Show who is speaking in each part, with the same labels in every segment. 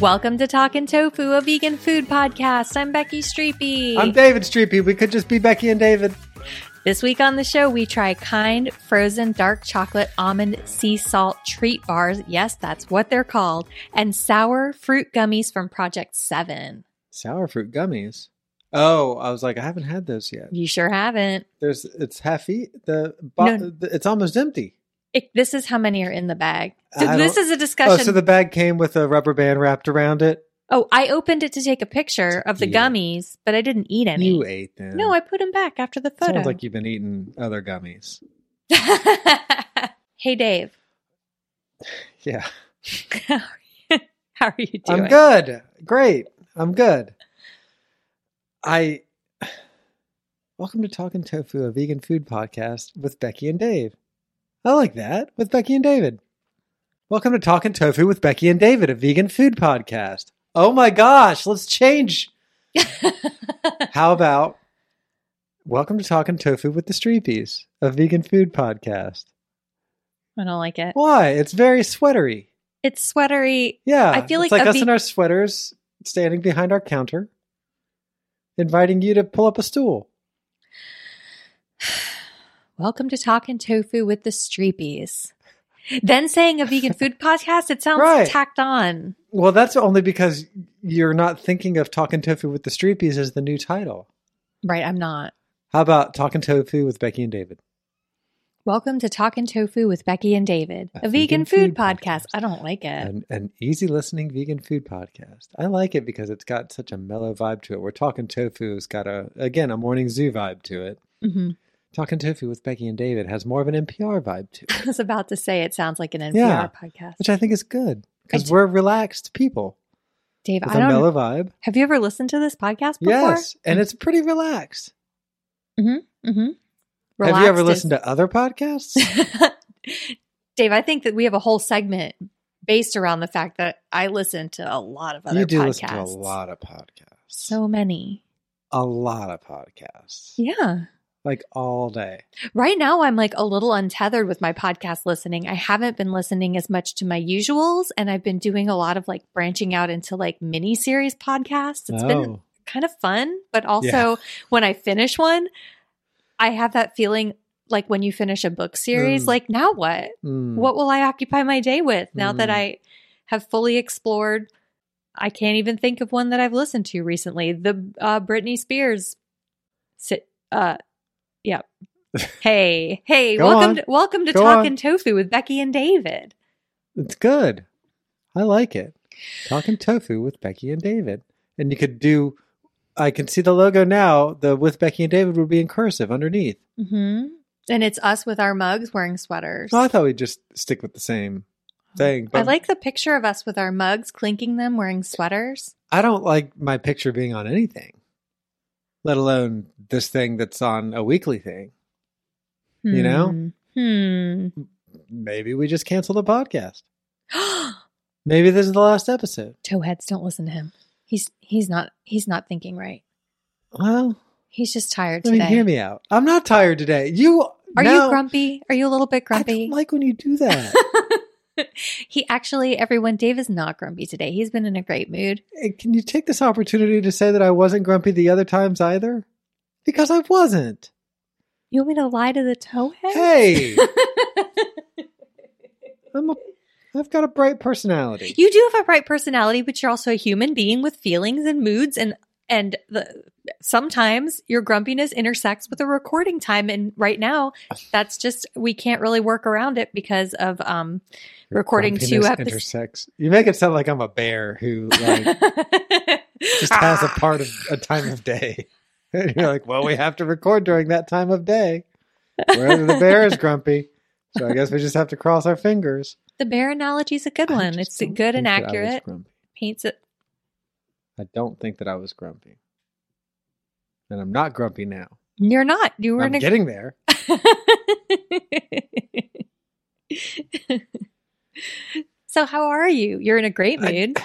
Speaker 1: Welcome to Talkin' Tofu, a vegan food podcast. I'm Becky Streepy.
Speaker 2: I'm David Streepy. We could just be Becky and David.
Speaker 1: this week on the show, we try kind frozen dark chocolate almond sea salt treat bars. Yes, that's what they're called. And sour fruit gummies from Project 7.
Speaker 2: Sour fruit gummies. Oh, I was like, I haven't had those yet.
Speaker 1: You sure haven't.
Speaker 2: There's, it's half eat. The, bo-
Speaker 1: No.
Speaker 2: the- it's almost empty.
Speaker 1: It, this is how many are in the bag. So
Speaker 2: I
Speaker 1: this
Speaker 2: don't-
Speaker 1: is a discussion.
Speaker 2: Oh, so the bag came with a rubber band wrapped around it.
Speaker 1: Oh, I opened it to take a picture of the
Speaker 2: Yeah.
Speaker 1: gummies, but I didn't eat any.
Speaker 2: You ate them.
Speaker 1: No, I put them back after the photo.
Speaker 2: Sounds like you've been eating other gummies.
Speaker 1: hey, Dave.
Speaker 2: Yeah,
Speaker 1: How are you doing?
Speaker 2: I'm good. Great. I'm good. I. Welcome to Talking Tofu, a vegan food podcast with Becky and Dave. I like that with Becky and David. Welcome to Talking Tofu with Becky and David, a vegan food podcast. Oh my gosh, let's change. How about Welcome to Talking Tofu with the Streepies, a vegan food podcast?
Speaker 1: I don't like it.
Speaker 2: Why? It's very sweatery.
Speaker 1: It's sweatery.
Speaker 2: Yeah.
Speaker 1: I feel
Speaker 2: it's
Speaker 1: like
Speaker 2: like
Speaker 1: a
Speaker 2: us
Speaker 1: ve-
Speaker 2: in our sweaters standing behind our counter, inviting you to pull up a stool.
Speaker 1: Welcome to Talking Tofu with the Streepies. Then saying a vegan food podcast, it sounds
Speaker 2: Right.
Speaker 1: tacked on.
Speaker 2: Well, that's only because you're not thinking of Talking Tofu with the Streepies as the new title.
Speaker 1: Right, I'm not.
Speaker 2: How about Talking Tofu with Becky and David?
Speaker 1: Welcome to Talking Tofu with Becky and David, a, vegan, food, podcast. I don't like it.
Speaker 2: An, an easy listening vegan food podcast. I like it because it's got such a mellow vibe to it. We're Talking Tofu's got a, again, a morning zoo vibe to it.
Speaker 1: hmm
Speaker 2: Talking Tofu with Becky and David has more of an NPR vibe to it,
Speaker 1: I was about to say it sounds like an NPR
Speaker 2: Yeah.
Speaker 1: podcast.
Speaker 2: which I think is good
Speaker 1: I
Speaker 2: because
Speaker 1: do-
Speaker 2: we're relaxed people
Speaker 1: Dave, I
Speaker 2: with a
Speaker 1: don't.
Speaker 2: mellow vibe.
Speaker 1: Have you ever listened to this podcast before?
Speaker 2: Yes, and it's pretty relaxed.
Speaker 1: Mm-hmm. Mm-hmm.
Speaker 2: Have you ever listened to other podcasts?
Speaker 1: Dave, I think that we have a whole segment based around the fact that I listen to a lot of other
Speaker 2: you do
Speaker 1: podcasts.
Speaker 2: listen to a lot of podcasts.
Speaker 1: So many.
Speaker 2: a lot of podcasts,
Speaker 1: Yeah.
Speaker 2: like all day.
Speaker 1: Right now, I'm like a little untethered with my podcast listening. I haven't been listening as much to my usuals, and I've been doing a lot of like branching out into like mini series podcasts. It's been
Speaker 2: Oh.
Speaker 1: kind of fun, but also
Speaker 2: Yeah.
Speaker 1: when I finish one, I have that feeling like when you finish a book series,
Speaker 2: Mm.
Speaker 1: like now what?
Speaker 2: Mm.
Speaker 1: What will I occupy my day with now that
Speaker 2: Mm.
Speaker 1: I have fully explored? I can't even think of one that I've listened to recently. The uh, Britney Spears. Sit. Uh, yeah. Hey, hey,
Speaker 2: Go
Speaker 1: welcome,
Speaker 2: on.
Speaker 1: to, welcome to
Speaker 2: Go
Speaker 1: Talkin'
Speaker 2: on.
Speaker 1: Tofu with Becky and David.
Speaker 2: It's good. I like it. Talking tofu with Becky and David, and you could do. I can see the logo now. The with Becky and David would be in cursive underneath.
Speaker 1: Mm-hmm. And it's us with our mugs wearing sweaters.
Speaker 2: Oh, I thought we'd just stick with the same thing.
Speaker 1: I
Speaker 2: But
Speaker 1: like the picture of us with our mugs clinking them wearing sweaters.
Speaker 2: I don't like my picture being on anything, let alone this thing that's on a weekly thing. You know?
Speaker 1: Hmm.
Speaker 2: Maybe we just cancel the podcast.
Speaker 1: Hmm.
Speaker 2: Maybe this is the last episode.
Speaker 1: Toeheads, don't listen to him. He's he's not he's not thinking right.
Speaker 2: Well,
Speaker 1: He's just tired
Speaker 2: I
Speaker 1: today.
Speaker 2: mean, hear me out. I'm not tired today. You
Speaker 1: Are
Speaker 2: now-
Speaker 1: you grumpy? Are you a little bit grumpy?
Speaker 2: I don't like when you do that.
Speaker 1: he actually, everyone, Dave is not grumpy today. He's been in a great mood.
Speaker 2: Hey, Can you take this opportunity to say that I wasn't grumpy the other times either? Because I wasn't.
Speaker 1: You want me to lie to the towhead?
Speaker 2: Hey, I'm a, I've got a bright personality.
Speaker 1: you do have a bright personality, but you're also a human being with feelings and moods and and the sometimes your grumpiness intersects with a recording time and right now that's just we can't really work around it because of um
Speaker 2: Your
Speaker 1: recording two
Speaker 2: grumpiness
Speaker 1: episodes
Speaker 2: intersects. You make it sound like I'm a bear who like, just has a part of a time of day. And you're like, well, we have to record during that time of day. Wherever the bear is grumpy. So I guess we just have to cross our fingers.
Speaker 1: the bear analogy is a good
Speaker 2: I
Speaker 1: one
Speaker 2: just
Speaker 1: it's
Speaker 2: don't
Speaker 1: good and
Speaker 2: think that I was
Speaker 1: accurate
Speaker 2: grumpy.
Speaker 1: paints it
Speaker 2: I don't think that I was grumpy. And I'm not grumpy now.
Speaker 1: you're not you were in
Speaker 2: I'm
Speaker 1: a
Speaker 2: getting there.
Speaker 1: so how are you? You're in a great
Speaker 2: I-
Speaker 1: mood.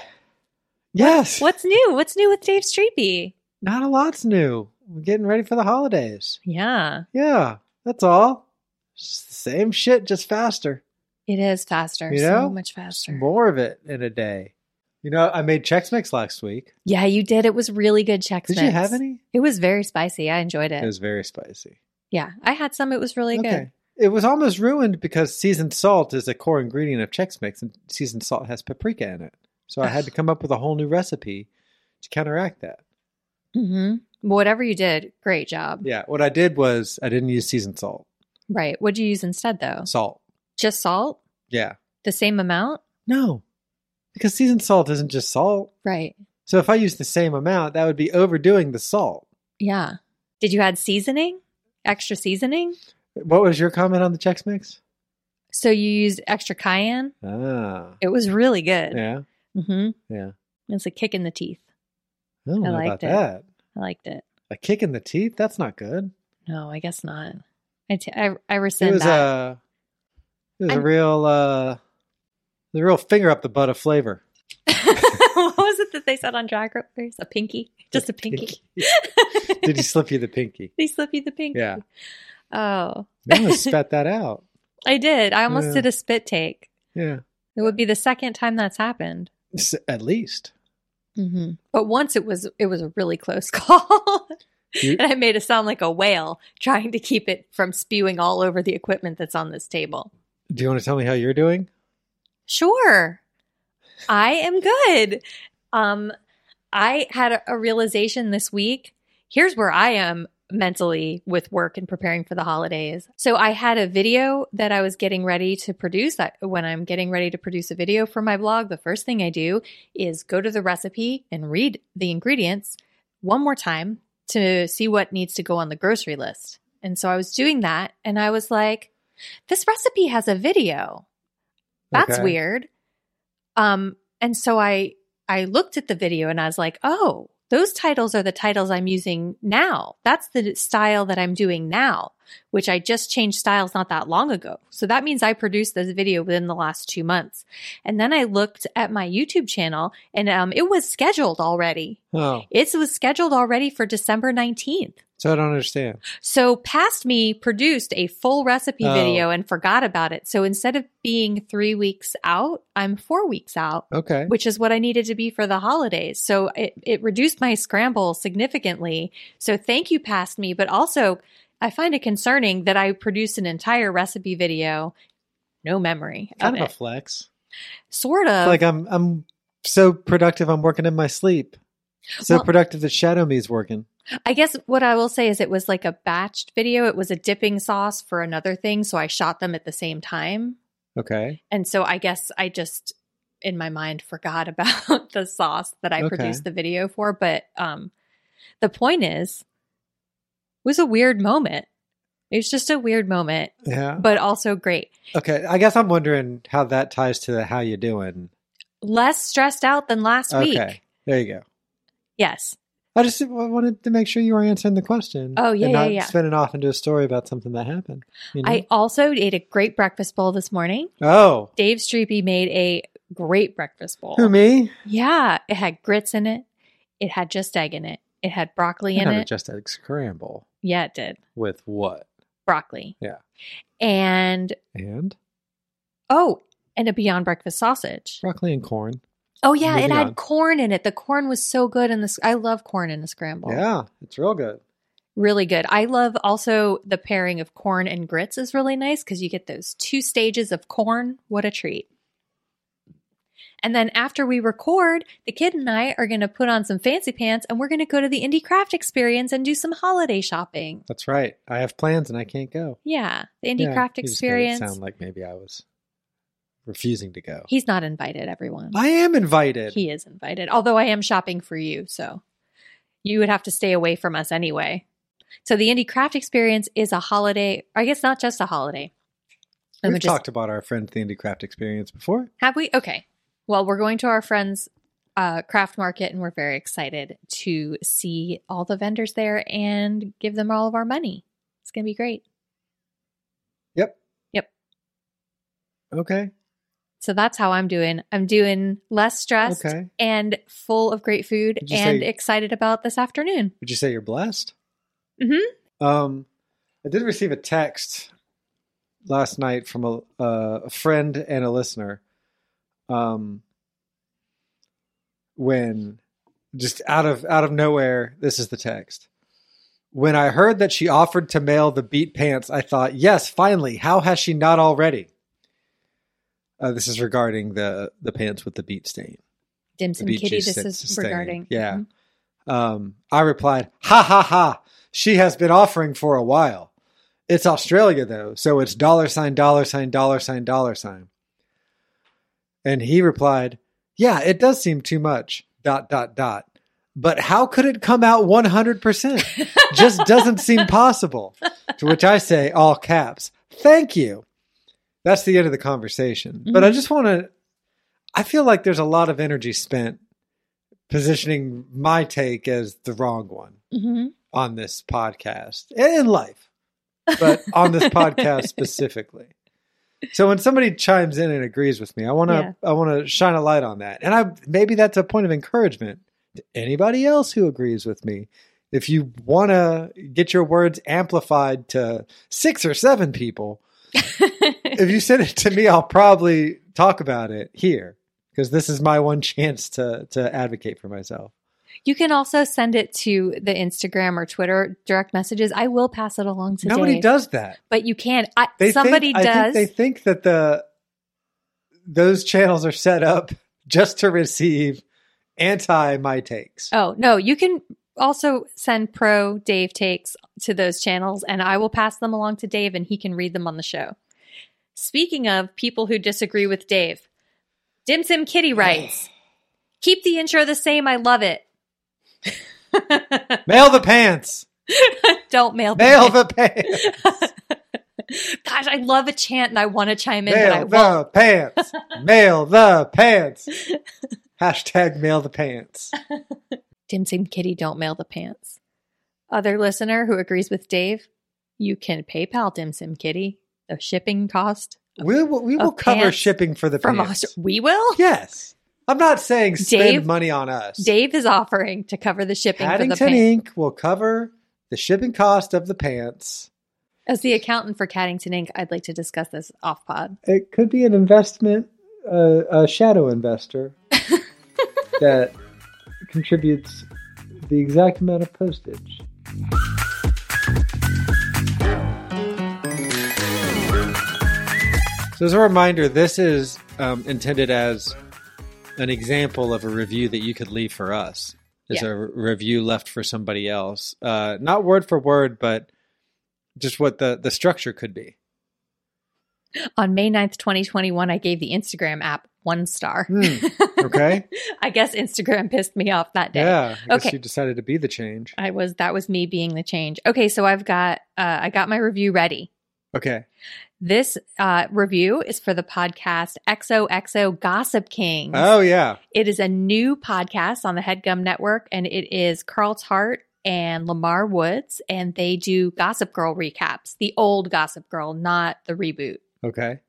Speaker 2: Yes.
Speaker 1: What's new? What's new with Dave Streepy?
Speaker 2: Not a lot's new. We're getting ready for the holidays.
Speaker 1: Yeah,
Speaker 2: Yeah, that's all. It's the same shit, just faster.
Speaker 1: it is faster.
Speaker 2: You know?
Speaker 1: so much faster.
Speaker 2: More of it in a day. You know, I made Chex Mix last week.
Speaker 1: yeah, you did. It was really good Chex
Speaker 2: Did you
Speaker 1: Mix.
Speaker 2: have any?
Speaker 1: It was very spicy. I enjoyed it.
Speaker 2: It was very spicy.
Speaker 1: yeah, I had some. It was really good.
Speaker 2: It was almost ruined because seasoned salt is a core ingredient of Chex Mix, and seasoned salt has paprika in it. So I had to come up with a whole new recipe to counteract that.
Speaker 1: hmm Whatever you did, great job.
Speaker 2: Yeah, what I did was I didn't use seasoned salt.
Speaker 1: Right. What'd you use instead, though?
Speaker 2: Salt.
Speaker 1: Just salt?
Speaker 2: Yeah.
Speaker 1: The same amount?
Speaker 2: No, because seasoned salt isn't just salt.
Speaker 1: Right.
Speaker 2: So if I use the same amount, that would be overdoing the salt.
Speaker 1: Yeah. Did you add seasoning? Extra seasoning?
Speaker 2: What was your comment on the Chex Mix?
Speaker 1: So you used extra cayenne?
Speaker 2: Ah,
Speaker 1: It was really good.
Speaker 2: yeah,
Speaker 1: hmm
Speaker 2: yeah.
Speaker 1: It's a kick in the teeth.
Speaker 2: I don't
Speaker 1: I
Speaker 2: know about
Speaker 1: liked it.
Speaker 2: that.
Speaker 1: I liked it.
Speaker 2: A kick in the teeth? That's not good.
Speaker 1: No, I guess not. I, t- I, I
Speaker 2: it
Speaker 1: rescind
Speaker 2: was uh,
Speaker 1: that.
Speaker 2: a, it was a
Speaker 1: uh, I'm-
Speaker 2: real, uh, the real finger up the butt of flavor.
Speaker 1: what was it that they said on Drag Race? A pinky? Just a pinky.
Speaker 2: Did he slip you the pinky?
Speaker 1: they slip you the pinky.
Speaker 2: Yeah,
Speaker 1: Oh,
Speaker 2: you almost spat that out.
Speaker 1: I did. I almost
Speaker 2: Yeah.
Speaker 1: did a spit take.
Speaker 2: Yeah,
Speaker 1: It would be the second time that's happened.
Speaker 2: S- at least
Speaker 1: Mm-hmm. But once it was, it was a really close call.
Speaker 2: You-
Speaker 1: and I made it sound like a whale trying to keep it from spewing all over the equipment that's on this table.
Speaker 2: Do you want to tell me how you're doing?
Speaker 1: Sure. I am good. Um I had a, a realization this week. Here's where I am mentally with work and preparing for the holidays. So I had a video that I was getting ready to produce. I, when I'm getting ready to produce a video for my blog, the first thing I do is go to the recipe and read the ingredients one more time to see what needs to go on the grocery list. And so I was doing that and I was like, this recipe has a video that's
Speaker 2: Okay.
Speaker 1: weird um and so i i looked at the video and i was like oh those titles are the titles i'm using now that's the style that i'm doing now which i just changed styles not that long ago so that means i produced this video within the last two months and then i looked at my youtube channel and um, it was scheduled already
Speaker 2: Oh,
Speaker 1: it was scheduled already for december 19th
Speaker 2: so I don't understand.
Speaker 1: so past me produced a full recipe
Speaker 2: Oh.
Speaker 1: video and forgot about it. So instead of being three weeks out, I'm four weeks out,
Speaker 2: Okay,
Speaker 1: which is what I needed to be for the holidays. So it, it reduced my scramble significantly. So thank you, past me. But also, I find it concerning that I produced an entire recipe video, no memory of
Speaker 2: kind of a
Speaker 1: it.
Speaker 2: flex.
Speaker 1: Sort of.
Speaker 2: like I'm I'm so productive I'm working in my sleep. So
Speaker 1: Well-
Speaker 2: productive that Shadow Me's working.
Speaker 1: I guess what I will say is it was like a batched video. It was a dipping sauce for another thing. So I shot them at the same time.
Speaker 2: Okay.
Speaker 1: And so I guess I just in my mind forgot about the sauce that I
Speaker 2: Okay.
Speaker 1: produced the video for, but um the point is it was a weird moment. It was just a weird moment,
Speaker 2: Yeah.
Speaker 1: but also great.
Speaker 2: Okay. I guess I'm wondering how that ties to the how you doing.
Speaker 1: Less stressed out than last week.
Speaker 2: Okay. There you go.
Speaker 1: Yes.
Speaker 2: I just w- wanted to make sure you were answering the question.
Speaker 1: Oh, yeah,
Speaker 2: and
Speaker 1: yeah,
Speaker 2: not
Speaker 1: yeah.
Speaker 2: Spinning off into a story about something that happened. you know?
Speaker 1: I also ate a great breakfast bowl this morning.
Speaker 2: oh,
Speaker 1: Dave Streepy made a great breakfast bowl.
Speaker 2: who me?
Speaker 1: Yeah. It had grits in it. It had just egg in it. It had broccoli
Speaker 2: I
Speaker 1: in
Speaker 2: had a
Speaker 1: it.
Speaker 2: just a scramble
Speaker 1: yeah, it did.
Speaker 2: with what
Speaker 1: Broccoli.
Speaker 2: Yeah.
Speaker 1: And
Speaker 2: and
Speaker 1: Oh, and a Beyond Breakfast sausage.
Speaker 2: Broccoli and corn.
Speaker 1: Oh yeah, it
Speaker 2: Moving
Speaker 1: had
Speaker 2: on.
Speaker 1: corn in it. The corn was so good in this. I love corn in a scramble.
Speaker 2: Yeah, it's real good.
Speaker 1: really good. I love also the pairing of corn and grits is really nice because you get those two stages of corn. What a treat. And then after we record, the kid and I are going to put on some fancy pants and we're going to go to the Indie Craft Experience and do some holiday shopping.
Speaker 2: That's right. I have plans and I can't go.
Speaker 1: Yeah, the Indie
Speaker 2: Yeah,
Speaker 1: Craft
Speaker 2: you just
Speaker 1: Experience.
Speaker 2: Made it sound like maybe I was refusing to go.
Speaker 1: He's not invited, everyone.
Speaker 2: I am invited.
Speaker 1: He is invited, although I am shopping for you. So you would have to stay away from us anyway. So the Indie Craft Experience is a holiday. I guess not just a holiday. Let me
Speaker 2: We've
Speaker 1: just-
Speaker 2: talked about our friend the Indie Craft Experience before.
Speaker 1: Have we? Okay. Well, we're going to our friend's uh, craft market and we're very excited to see all the vendors there and give them all of our money. It's going to be great.
Speaker 2: Yep.
Speaker 1: Yep.
Speaker 2: Okay.
Speaker 1: So that's how I'm doing. I'm doing less stressed
Speaker 2: Okay.
Speaker 1: and full of great food
Speaker 2: Did you
Speaker 1: and
Speaker 2: say-
Speaker 1: excited about this afternoon.
Speaker 2: Would you say you're blessed?
Speaker 1: Mhm.
Speaker 2: Um, I did receive a text last night from a, uh, a friend and a listener. Um, when just out of out of nowhere, this is the text. When I heard that she offered to mail the beat pants, I thought, yes, finally. How has she not already? Uh, this is regarding the the pants with the beat stain.
Speaker 1: Dimson
Speaker 2: The beet
Speaker 1: Kitty,
Speaker 2: juice
Speaker 1: this
Speaker 2: that's
Speaker 1: is
Speaker 2: staying.
Speaker 1: regarding. mm-hmm.
Speaker 2: Yeah. Um, I replied, ha ha ha. She has been offering for a while. It's Australia though, so it's dollar sign, dollar sign, dollar sign, dollar sign. And he replied, yeah, it does seem too much. Dot dot dot. But how could it come out 100%? Just doesn't seem possible. To which I say, all caps, thank you. That's the end of the conversation. But I
Speaker 1: Mm-hmm.
Speaker 2: just want to, I feel like there's a lot of energy spent positioning my take as the wrong one
Speaker 1: hmm
Speaker 2: on this podcast and in life, but on this podcast specifically. So when somebody chimes in and agrees with me, I want to I want to shine a light on that. And I maybe that's a point of encouragement to anybody else who agrees with me. If you want to get your words amplified to 6 or 7 people, if you send it to me, I'll probably talk about it here because this is my one chance to to advocate for myself.
Speaker 1: You can also send it to the Instagram or Twitter direct messages. I will pass it along today.
Speaker 2: Nobody does that.
Speaker 1: But you can. I,
Speaker 2: They
Speaker 1: somebody
Speaker 2: think, I
Speaker 1: does.
Speaker 2: think they think that the those channels are set up just to receive anti my takes.
Speaker 1: Oh, no, you can also send pro Dave takes to those channels and I will pass them along to Dave and he can read them on the show. Speaking of people who disagree with Dave, Dim Sim Kitty writes, Keep the intro the same. I love it.
Speaker 2: Mail the pants.
Speaker 1: Don't mail the
Speaker 2: Mail the pants.
Speaker 1: Gosh, I love a chant and I want to chime in, but I
Speaker 2: Mail
Speaker 1: won't.
Speaker 2: the pants. Mail the pants. Hashtag mail the pants.
Speaker 1: Dim Sim Kitty, don't mail the pants. Other listener who agrees with Dave, you can PayPal Dim Sim Kitty the shipping cost
Speaker 2: We will, we will
Speaker 1: Of
Speaker 2: cover
Speaker 1: pants
Speaker 2: shipping for the
Speaker 1: from
Speaker 2: pants.
Speaker 1: Australia. We will.
Speaker 2: Yes. I'm not saying spend
Speaker 1: Dave-
Speaker 2: money on us.
Speaker 1: Dave is offering to cover the shipping for the
Speaker 2: Paddington
Speaker 1: pants.
Speaker 2: Inc. will cover the shipping cost of the pants.
Speaker 1: As the accountant for Caddington Inc., I'd like to discuss this off pod.
Speaker 2: It could be an investment, uh, a shadow investor that contributes the exact amount of postage. So, as a reminder, this is um, intended as an example of a review that you could leave for us. Is
Speaker 1: Yeah.
Speaker 2: a re- review left for somebody else, uh, not word for word, but just what the the structure could be.
Speaker 1: On May 9th, 2021, I gave the Instagram app one star.
Speaker 2: Hmm. Okay.
Speaker 1: I guess Instagram pissed me off that day.
Speaker 2: Yeah. I guess
Speaker 1: Okay.
Speaker 2: you decided to be the change.
Speaker 1: I was that was me being the change. Okay, so I've got uh, I got my review ready.
Speaker 2: Okay.
Speaker 1: This uh, review is for the podcast XOXO Gossip Kings.
Speaker 2: Oh yeah.
Speaker 1: It is a new podcast on the HeadGum Network, and it is Carl Tart and Lamar Woods, and they do Gossip Girl recaps, the old Gossip Girl, not the reboot.
Speaker 2: Okay.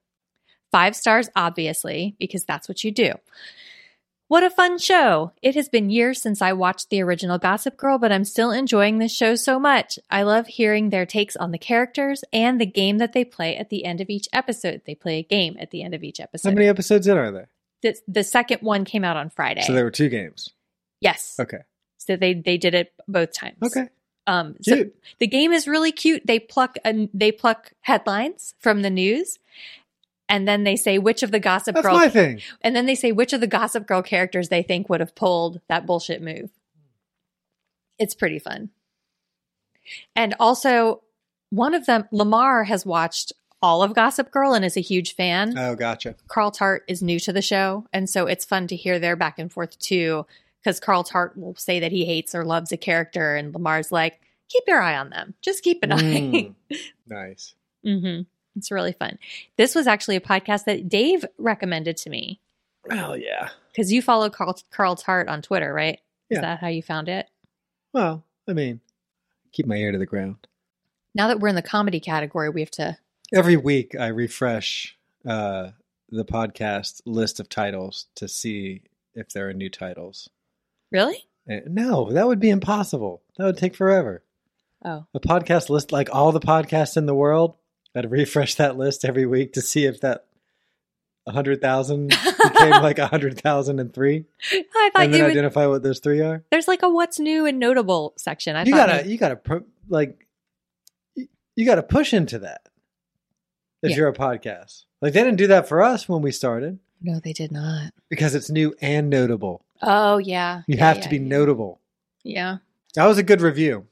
Speaker 1: Five stars, obviously, because that's what you do. What a fun show! It has been years since I watched the original Gossip Girl, but I'm still enjoying this show so much. I love hearing their takes on the characters and the game that they play at the end of each episode. They play a game at the end of each episode.
Speaker 2: How many episodes in are there?
Speaker 1: the, the second one came out on Friday.
Speaker 2: So there were two games.
Speaker 1: yes.
Speaker 2: Okay.
Speaker 1: So they they did it both times.
Speaker 2: Okay.
Speaker 1: Um, so
Speaker 2: Cute.
Speaker 1: the game is really cute. They pluck a, they pluck headlines from the news, and then they say which of the Gossip
Speaker 2: That's
Speaker 1: Girl
Speaker 2: my thing.
Speaker 1: and then they say which of the Gossip Girl characters they think would have pulled that bullshit move. It's pretty fun. And also, one of them, Lamar, has watched all of Gossip Girl and is a huge fan.
Speaker 2: Oh, gotcha.
Speaker 1: Carl Tart is new to the show, and so it's fun to hear their back and forth too. Because Carl Tart will say that he hates or loves a character, and Lamar's like, "Keep your eye on them. Just keep an
Speaker 2: Mm. Nice.
Speaker 1: eye." hmm It's really fun. This was actually a podcast that Dave recommended to me
Speaker 2: Well, yeah.
Speaker 1: because you follow Carl, Carl Tart on Twitter, right?
Speaker 2: Yeah.
Speaker 1: Is that how you found it?
Speaker 2: Well, I mean, keep my ear to the ground.
Speaker 1: Now that we're in the comedy category, we have to.
Speaker 2: Every week I refresh uh, the podcast list of titles to see if there are new titles.
Speaker 1: Really?
Speaker 2: And- no, that would be impossible. That would take forever.
Speaker 1: Oh,
Speaker 2: A podcast list, like all the podcasts in the world, I'd refresh that list every week to see if that 100,000 became like 100,003
Speaker 1: I thought
Speaker 2: and then
Speaker 1: you would.
Speaker 2: identify what those three are.
Speaker 1: There's like a what's new and notable section. I
Speaker 2: you
Speaker 1: thought
Speaker 2: gotta you gotta pu- like you, you gotta push into that if
Speaker 1: Yeah.
Speaker 2: you're a podcast like they didn't do that for us when we started
Speaker 1: No, they did not.
Speaker 2: because it's new and notable
Speaker 1: Oh yeah.
Speaker 2: you
Speaker 1: Yeah,
Speaker 2: have
Speaker 1: yeah,
Speaker 2: to be
Speaker 1: yeah.
Speaker 2: notable
Speaker 1: Yeah.
Speaker 2: that was a good review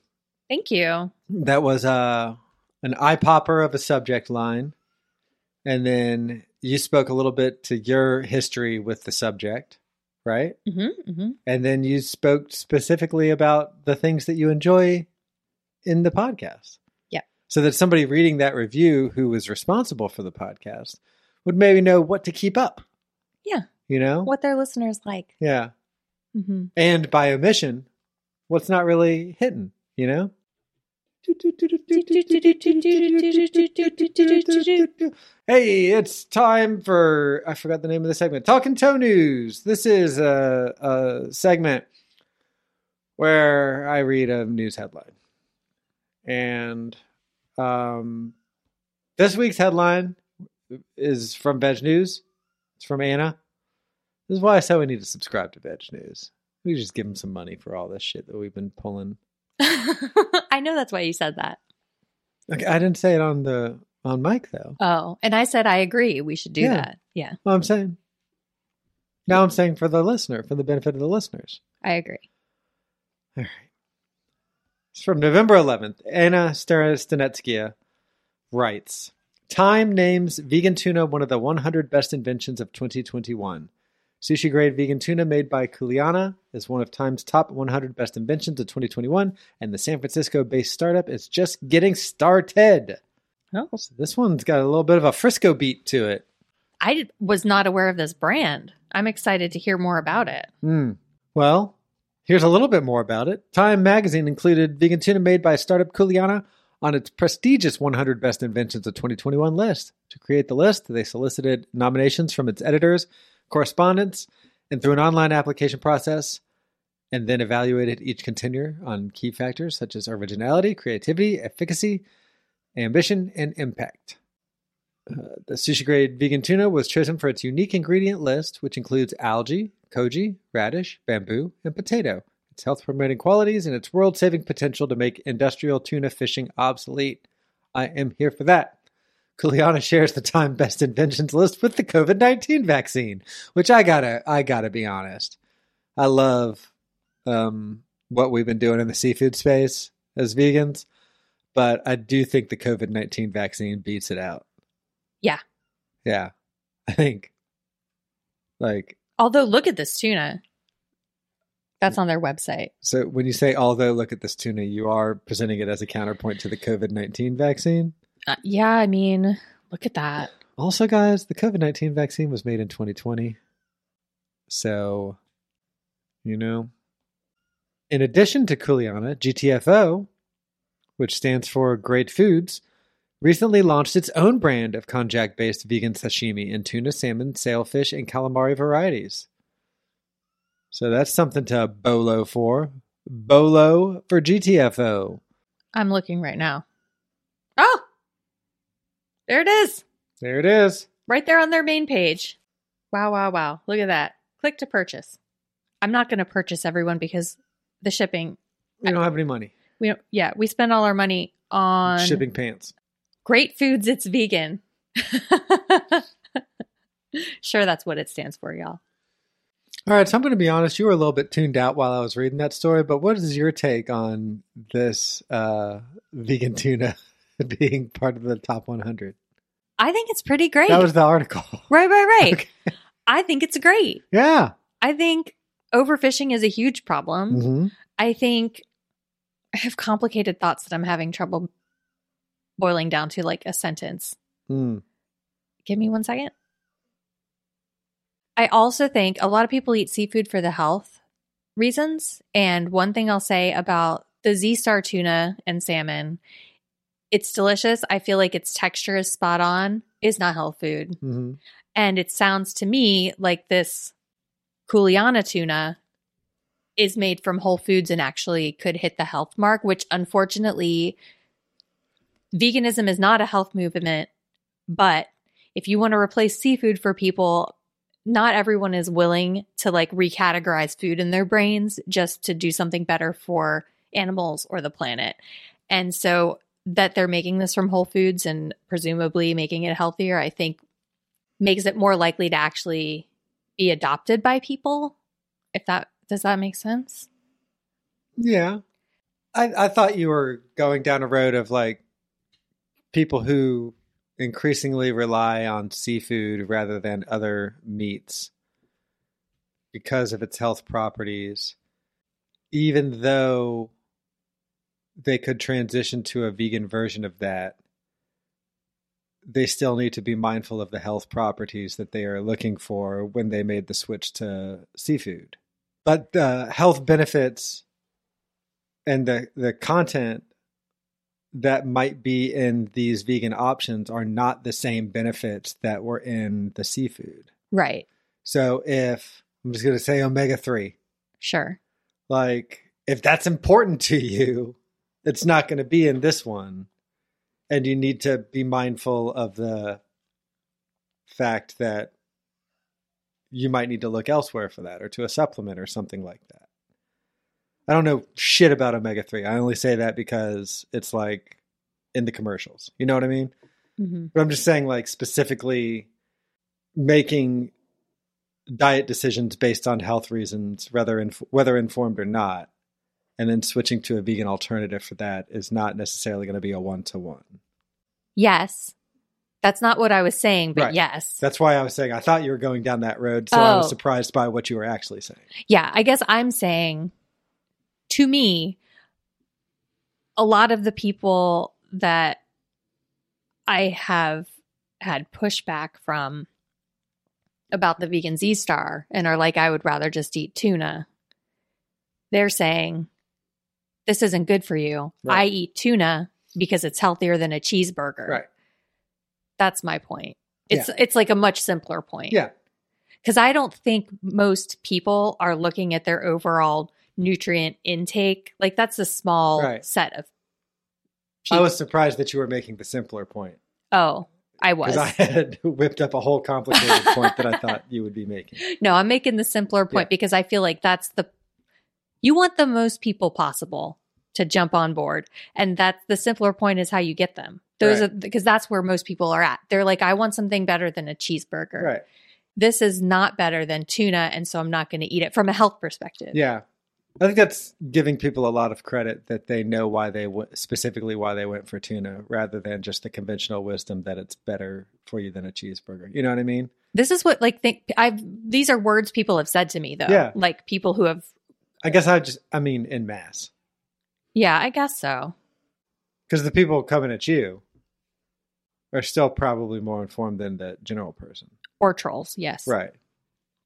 Speaker 1: Thank you.
Speaker 2: that was uh an eye popper of a subject line and then you spoke a little bit to your history with the subject right
Speaker 1: hmm hmm
Speaker 2: and then you spoke specifically about the things that you enjoy in the podcast.
Speaker 1: Yeah.
Speaker 2: So that somebody reading that review who was responsible for the podcast would maybe know what to keep up,
Speaker 1: Yeah.
Speaker 2: you know?
Speaker 1: What their listeners like.
Speaker 2: Yeah.
Speaker 1: hmm
Speaker 2: And by omission, what's not really hidden, you know? Hey, it's time for I forgot the name of the segment. Talking Toe News. This is a, a segment where I read a news headline, and um, this week's headline is from Veg News. It's from Anna. This is why I say we need to subscribe to Veg News. We just give them some money for all this shit that we've been pulling.
Speaker 1: I know that's why you said that.
Speaker 2: Okay, I didn't say it on the on mic though.
Speaker 1: Oh, and I said I agree. We should do
Speaker 2: Yeah.
Speaker 1: that. Yeah,
Speaker 2: Well, I'm saying. Now I'm saying for the listener, for the benefit of the listeners.
Speaker 1: I agree.
Speaker 2: All right. It's from November 11th. Anna Stanetskia writes Time names vegan tuna one of the 100 best inventions of 2021. Sushi grade vegan tuna made by Kuliana is one of Time's top 100 best inventions of 2021, and the San Francisco based startup is just getting started.
Speaker 1: Oh.
Speaker 2: So this one's got a little bit of a Frisco beat to it.
Speaker 1: I did- was not aware of this brand. I'm excited to hear more about it.
Speaker 2: Hmm. Well, here's a little bit more about it. Time magazine included vegan tuna made by startup Kuliana on its prestigious 100 Best Inventions of 2021 list. To create the list, they solicited nominations from its editors, correspondents, and through an online application process, and then evaluated each contender on key factors such as originality, creativity, efficacy, ambition, and impact. Uh, the sushi grade vegan tuna was chosen for its unique ingredient list, which includes algae, koji, radish, bamboo, and potato. Its health promoting qualities and its world saving potential to make industrial tuna fishing obsolete. I am here for that. Kuliana shares the time best inventions list with the COVID nineteen vaccine, which I gotta I gotta be honest. I love um, what we've been doing in the seafood space as vegans, but I do think the COVID nineteen vaccine beats it out.
Speaker 1: Yeah.
Speaker 2: Yeah. I think like
Speaker 1: Although, look at this tuna. That's on their website.
Speaker 2: so when you say although look at this tuna, you are presenting it as a counterpoint to the COVID-19 vaccine.
Speaker 1: Uh, yeah, I mean, look at that.
Speaker 2: Also guys, the COVID-19 vaccine was made in 2020. So you know, in addition to Kuliana, GTFO, which stands for Great Foods, recently launched its own brand of konjac-based vegan sashimi in tuna, salmon, sailfish, and calamari varieties. So that's something to bolo for. Bolo for GTFO.
Speaker 1: I'm looking right now. Oh, there it is.
Speaker 2: There it is.
Speaker 1: Right there on their main page. Wow, wow, wow. Look at that. Click to purchase. I'm not going to purchase everyone because the shipping,
Speaker 2: We don't have any money.
Speaker 1: we don't, yeah, we spend all our money on
Speaker 2: Shipping pants.
Speaker 1: Great Foods, it's vegan. sure, that's what it stands for, y'all.
Speaker 2: All right, so I'm going to be honest. You were a little bit tuned out while I was reading that story, but what is your take on this uh, vegan tuna being part of the top 100?
Speaker 1: I think it's pretty great.
Speaker 2: That was the article.
Speaker 1: right, right, right.
Speaker 2: Okay.
Speaker 1: I think it's great.
Speaker 2: Yeah.
Speaker 1: I think overfishing is a huge problem.
Speaker 2: hmm
Speaker 1: I think I have complicated thoughts that I'm having trouble boiling down to like a sentence.
Speaker 2: Mm.
Speaker 1: Give me one second. I also think a lot of people eat seafood for the health reasons. And one thing I'll say about the Z Star tuna and salmon, it's delicious. I feel like its texture is spot on, is not health food.
Speaker 2: hmm
Speaker 1: And it sounds to me like this Kuliana tuna is made from Whole Foods and actually could hit the health mark, which unfortunately, veganism is not a health movement. But if you want to replace seafood for people, not everyone is willing to like recategorize food in their brains just to do something better for animals or the planet. And so that they're making this from Whole Foods and presumably making it healthier, I think makes it more likely to actually be adopted by people. If that does that make sense?
Speaker 2: Yeah. I, I thought you were going down a road of like people who increasingly rely on seafood rather than other meats because of its health properties, even though they could transition to a vegan version of that. They still need to be mindful of the health properties that they are looking for when they made the switch to seafood. But the health benefits and the the content that might be in these vegan options are not the same benefits that were in the seafood.
Speaker 1: Right.
Speaker 2: So if I'm just going to say omega 3,
Speaker 1: Sure.
Speaker 2: like if that's important to you, it's not going to be in this one. And you need to be mindful of the fact that you might need to look elsewhere for that or to a supplement or something like that. I don't know shit about omega 3. I only say that because it's like in the commercials. You know what I mean?
Speaker 1: Mm-hmm.
Speaker 2: But I'm just saying, like, specifically making diet decisions based on health reasons, whether, inf- whether informed or not, and then switching to a vegan alternative for that is not necessarily going to be a one to one.
Speaker 1: Yes. That's not what I was saying, but
Speaker 2: Right.
Speaker 1: yes.
Speaker 2: That's why I was saying I thought you were going down that road, so I was
Speaker 1: Oh.
Speaker 2: surprised by what you were actually saying.
Speaker 1: yeah, I guess I'm saying to me, a lot of the people that I have had pushback from about the vegan Z Star and are like, I would rather just eat tuna, they're saying, This isn't good for you. I
Speaker 2: Right.
Speaker 1: eat tuna because it's healthier than a cheeseburger. That's my point. It's it's like a much simpler point
Speaker 2: Yeah.
Speaker 1: because I don't think most people are looking at their overall nutrient intake. Like that's a small
Speaker 2: Right.
Speaker 1: set of
Speaker 2: I
Speaker 1: people.
Speaker 2: was surprised that you were making the simpler point
Speaker 1: oh, I was.
Speaker 2: because I had whipped up a whole complicated point that I thought you would be making.
Speaker 1: no, I'm making the simpler point
Speaker 2: Yeah.
Speaker 1: because I feel like that's the you want the most people possible to jump on board, and that's the simpler point is how you get them. Those
Speaker 2: Right.
Speaker 1: are because that's where most people are at. They're like, I want something better than a cheeseburger.
Speaker 2: Right.
Speaker 1: This is not better than tuna, and so I'm not going to eat it from a health perspective.
Speaker 2: Yeah. I think that's giving people a lot of credit that they know why they w- specifically why they went for tuna rather than just the conventional wisdom that it's better for you than a cheeseburger. You know what I mean?
Speaker 1: This is what like think I've these are words people have said to me though.
Speaker 2: Yeah.
Speaker 1: Like people who have
Speaker 2: I guess I just I mean in mass
Speaker 1: yeah, I guess so.
Speaker 2: because the people coming at you are still probably more informed than the general person,
Speaker 1: Or trolls, yes.
Speaker 2: right?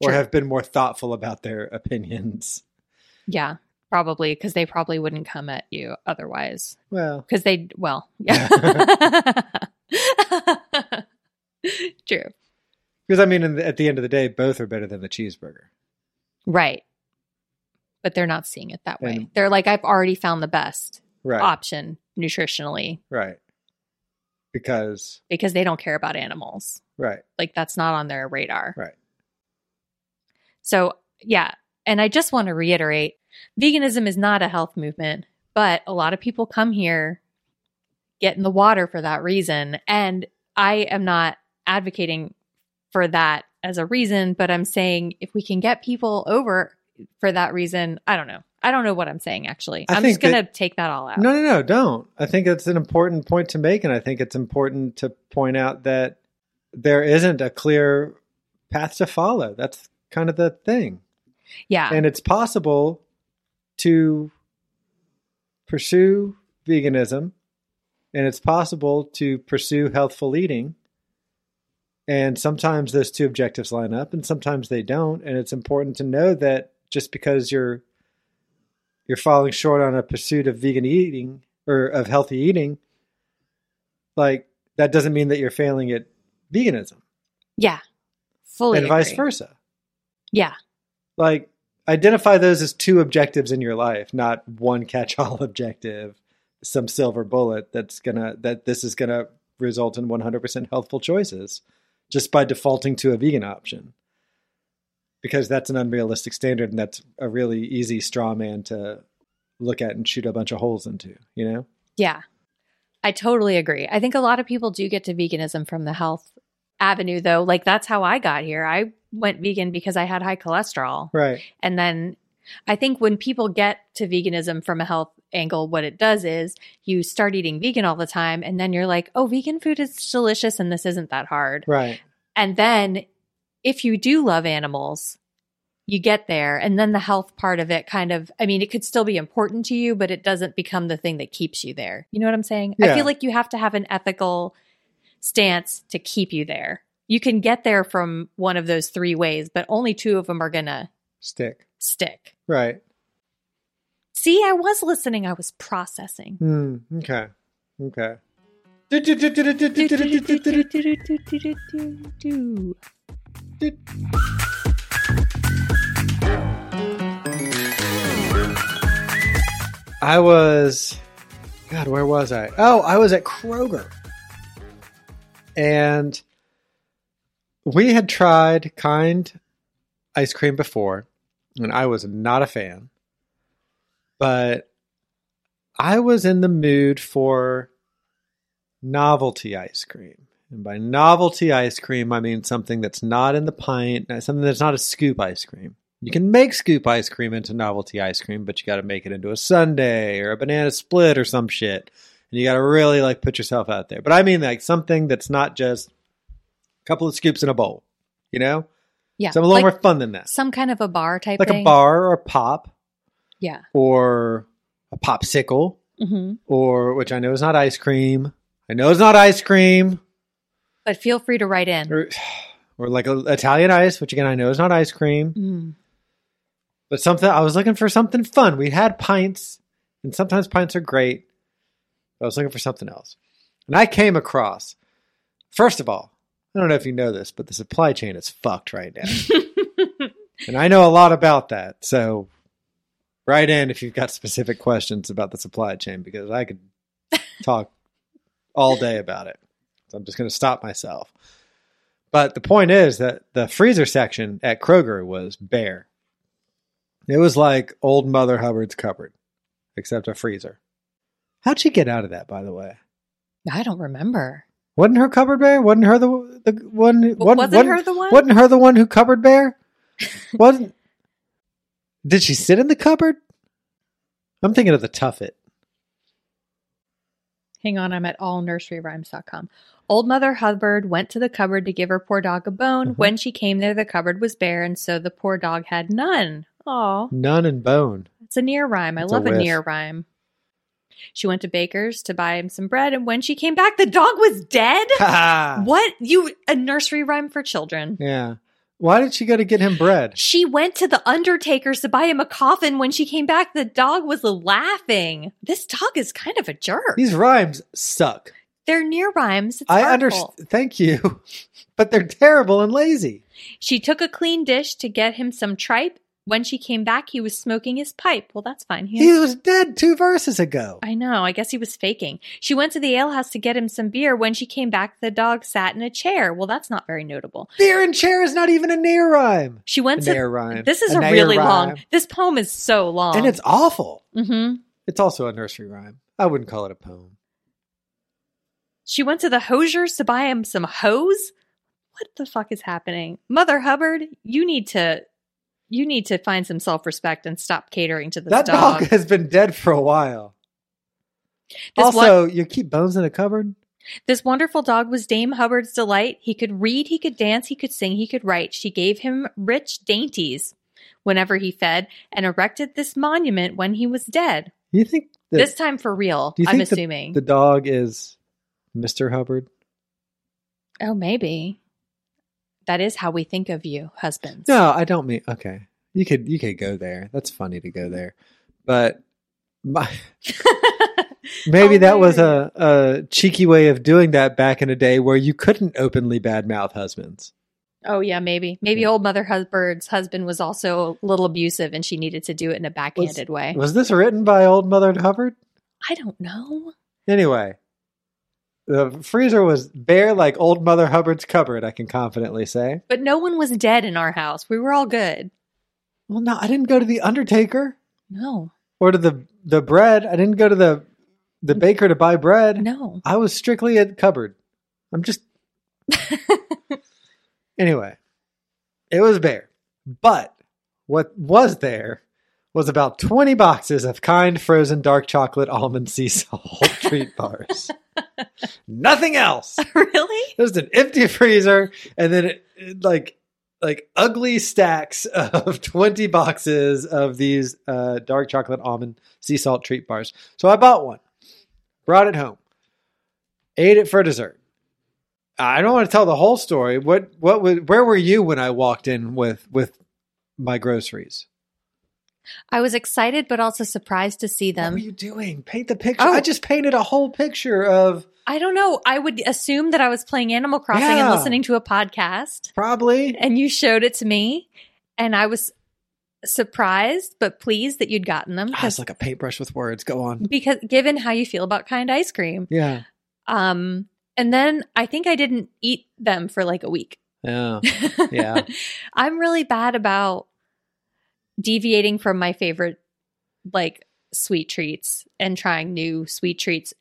Speaker 2: Or
Speaker 1: True.
Speaker 2: have been more thoughtful about their opinions.
Speaker 1: Yeah. Probably because they probably wouldn't come at you otherwise.
Speaker 2: Well,
Speaker 1: Because they well, yeah. True.
Speaker 2: because I mean, in the, at the end of the day, both are better than the cheeseburger.
Speaker 1: Right. but they're not seeing it that way.
Speaker 2: And-
Speaker 1: they're like, I've already found the best
Speaker 2: Right.
Speaker 1: option nutritionally
Speaker 2: Right. Because
Speaker 1: because they don't care about animals.
Speaker 2: right.
Speaker 1: Like that's not on their radar.
Speaker 2: Right.
Speaker 1: So, yeah. And I just want to reiterate veganism is not a health movement, but a lot of people come here, get in the water for that reason. And I am not advocating for that as a reason, but I'm saying if we can get people over for that reason, I don't know. I don't know what I'm saying actually.
Speaker 2: I
Speaker 1: I'm just
Speaker 2: think
Speaker 1: going to
Speaker 2: that-
Speaker 1: take that all out.
Speaker 2: No, no, no, don't. I think it's an important point to make, and I think it's important to point out that there isn't a clear path to follow. That's kind of the thing.
Speaker 1: yeah.
Speaker 2: and it's possible to pursue veganism and it's possible to pursue healthful eating and sometimes those two objectives line up and sometimes they don't and it's important to know that just because you're you're falling short on a pursuit of vegan eating or of healthy eating like that doesn't mean that you're failing at veganism
Speaker 1: yeah. Fully.
Speaker 2: and vice
Speaker 1: agree.
Speaker 2: versa
Speaker 1: Yeah.
Speaker 2: like identify those as two objectives in your life not one catch-all objective some silver bullet that's gonna that this is gonna result in 100% healthful choices just by defaulting to a vegan option because that's an unrealistic standard and that's a really easy straw man to look at and shoot a bunch of holes into you know
Speaker 1: Yeah. I totally agree. I think a lot of people do get to veganism from the health avenue though. Like that's how I got here. I went vegan because I had high cholesterol.
Speaker 2: right
Speaker 1: And then I think when people get to veganism from a health angle, what it does is you start eating vegan all the time and then you're like, "Oh, vegan food is delicious and this isn't that hard."
Speaker 2: right
Speaker 1: And then if you do love animals, you get there. And then the health part of it kind of, I mean, it could still be important to you, but it doesn't become the thing that keeps you there. You know what I'm saying? I
Speaker 2: Yeah.
Speaker 1: feel like you have to have an ethical stance to keep you there. You can get there from one of those three ways, but only two of them are going to
Speaker 2: stick
Speaker 1: stick.
Speaker 2: right
Speaker 1: See, I was listening, I was processing.
Speaker 2: Hmm. okay okay I was, God, where was I? Oh, I was at Kroger. And we had tried kind ice cream before, and I was not a fan. But I was in the mood for novelty ice cream. And by novelty ice cream, I mean something that's not in the pint, something that's not a scoop ice cream. You can make scoop ice cream into novelty ice cream, but you got to make it into a sundae or a banana split or some shit. And you got to really like put yourself out there. But I mean like something that's not just a couple of scoops in a bowl, you know?
Speaker 1: Yeah.
Speaker 2: Something a little
Speaker 1: like
Speaker 2: more fun than that.
Speaker 1: Some kind of a bar type
Speaker 2: Like
Speaker 1: thing.
Speaker 2: a bar or a pop
Speaker 1: Yeah.
Speaker 2: or a popsicle
Speaker 1: hmm
Speaker 2: Mm-hmm. or which I know is not ice cream. I know it's not ice cream.
Speaker 1: But feel free to write in.
Speaker 2: or, or like a, Italian ice, which again I know is not ice cream,
Speaker 1: Mm.
Speaker 2: but something I was looking for something fun. We had pints, and sometimes pints are great. But I was looking for something else, and I came across. First of all, I don't know if you know this, but the supply chain is fucked right now, and I know a lot about that. So, write in if you've got specific questions about the supply chain because I could talk all day about it. So I'm just going to stop myself. But the point is that the freezer section at Kroger was bare. It was like old Mother Hubbard's cupboard, except a freezer. How'd she get out of that, by the way?
Speaker 1: I don't remember.
Speaker 2: Wasn't her cupboard bare? Wasn't her the, the one? who-
Speaker 1: W- wasn't
Speaker 2: wasn't-
Speaker 1: her the one?
Speaker 2: Wasn't her the one who cupboard bare? wasn't? Did she sit in the cupboard? I'm thinking of the tuffet.
Speaker 1: Hang on, I'm at allnurseryrhymes.com. Old Mother Hubbard went to the cupboard to give her poor dog a bone.
Speaker 2: Mhm.
Speaker 1: When she came there, the cupboard was bare, and so the poor dog had none. Aw,
Speaker 2: None and bone.
Speaker 1: it's a near rhyme. I
Speaker 2: It's a
Speaker 1: love a,
Speaker 2: whiff.
Speaker 1: near rhyme. She went to Baker's to buy him some bread, and when she came back, the dog was dead.
Speaker 2: Ha
Speaker 1: what? You a nursery rhyme for children?
Speaker 2: Yeah. Why did she go to get him bread?
Speaker 1: She went to the undertaker's to buy him a coffin. When she came back, the dog was laughing. This dog is kind of a jerk.
Speaker 2: These rhymes suck.
Speaker 1: They're near rhymes. It's
Speaker 2: I
Speaker 1: understand.
Speaker 2: understand. Thank you, but they're terrible and lazy.
Speaker 1: She took a clean dish to get him some tripe When she came back, he was smoking his pipe. Well, that's fine. He
Speaker 2: He was dead two verses ago.
Speaker 1: I know. I guess he was faking. She went to the alehouse to get him some beer. When she came back, the dog sat in a chair. Well, that's not very notable.
Speaker 2: Beer and chair is not even a near rhyme.
Speaker 1: She went
Speaker 2: A
Speaker 1: to.
Speaker 2: near rhyme.
Speaker 1: This is
Speaker 2: A
Speaker 1: a,
Speaker 2: near
Speaker 1: really long.
Speaker 2: rhyme.
Speaker 1: This poem is so long.
Speaker 2: And it's awful.
Speaker 1: hmm
Speaker 2: It's also a nursery rhyme. I wouldn't call it a poem.
Speaker 1: She went to the hosier's to buy him some hose. What the fuck is happening, Mother Hubbard? You need to. You need to find some self respect and stop catering to this
Speaker 2: that dog.
Speaker 1: dog.
Speaker 2: has been dead for a while.
Speaker 1: This
Speaker 2: also, you keep bones in a cupboard?
Speaker 1: This wonderful dog was Dame Hubbard's delight. He could read, he could dance, he could sing, he could write. She gave him rich dainties whenever he fed and erected this monument when he was dead.
Speaker 2: You think that,
Speaker 1: this time for real,
Speaker 2: do you
Speaker 1: I'm
Speaker 2: think the-
Speaker 1: assuming.
Speaker 2: the dog is Mr. Hubbard?
Speaker 1: oh, maybe. That is how we think of you, husbands.
Speaker 2: No, I don't mean okay. You could you could go there. That's funny to go there. But my,
Speaker 1: Oh,
Speaker 2: maybe that was a, a cheeky way of doing that back in a day where you couldn't openly badmouth husbands.
Speaker 1: oh, yeah, maybe. Maybe old Mother Hubbard's husband was also a little abusive and she needed to do it in a backhanded way.
Speaker 2: Was this written by old Mother Hubbard?
Speaker 1: I don't know.
Speaker 2: Anyway, the freezer was bare like old Mother Hubbard's cupboard, I can confidently say.
Speaker 1: But no one was dead in our house. We were all good.
Speaker 2: Well, no, I didn't go to the undertaker
Speaker 1: No,
Speaker 2: or to the the bread. I didn't go to the the baker to buy bread.
Speaker 1: no.
Speaker 2: I was strictly at cupboard. I'm just anyway. It was bare, but what was there was about 20 boxes of kind frozen dark chocolate almond sea salt treat bars. Nothing else.
Speaker 1: really?
Speaker 2: There's an empty freezer, and then it, it, like like ugly stacks of 20 boxes of these uh, dark chocolate almond sea salt treat bars. So I bought one, brought it home, ate it for dessert. I don't want to tell the whole story. What what was, where were you when I walked in with with my groceries?
Speaker 1: I was excited but also surprised to see
Speaker 2: what
Speaker 1: them.
Speaker 2: were you doing? Paint the picture.
Speaker 1: Oh.
Speaker 2: I just painted a whole picture of
Speaker 1: I don't know. I would assume that I was playing Animal Crossing and
Speaker 2: Yeah.
Speaker 1: listening to a podcast,
Speaker 2: probably
Speaker 1: and you showed it to me, and I was surprised but pleased that you'd gotten them
Speaker 2: Ah, it's
Speaker 1: because,
Speaker 2: like a paintbrush with words. Go on.
Speaker 1: because given how you feel about kind ice cream.
Speaker 2: Yeah.
Speaker 1: Um and then I think I didn't eat them for like a week.
Speaker 2: Yeah. Yeah.
Speaker 1: I'm really bad about deviating from my favorite like sweet treats and trying new sweet treats.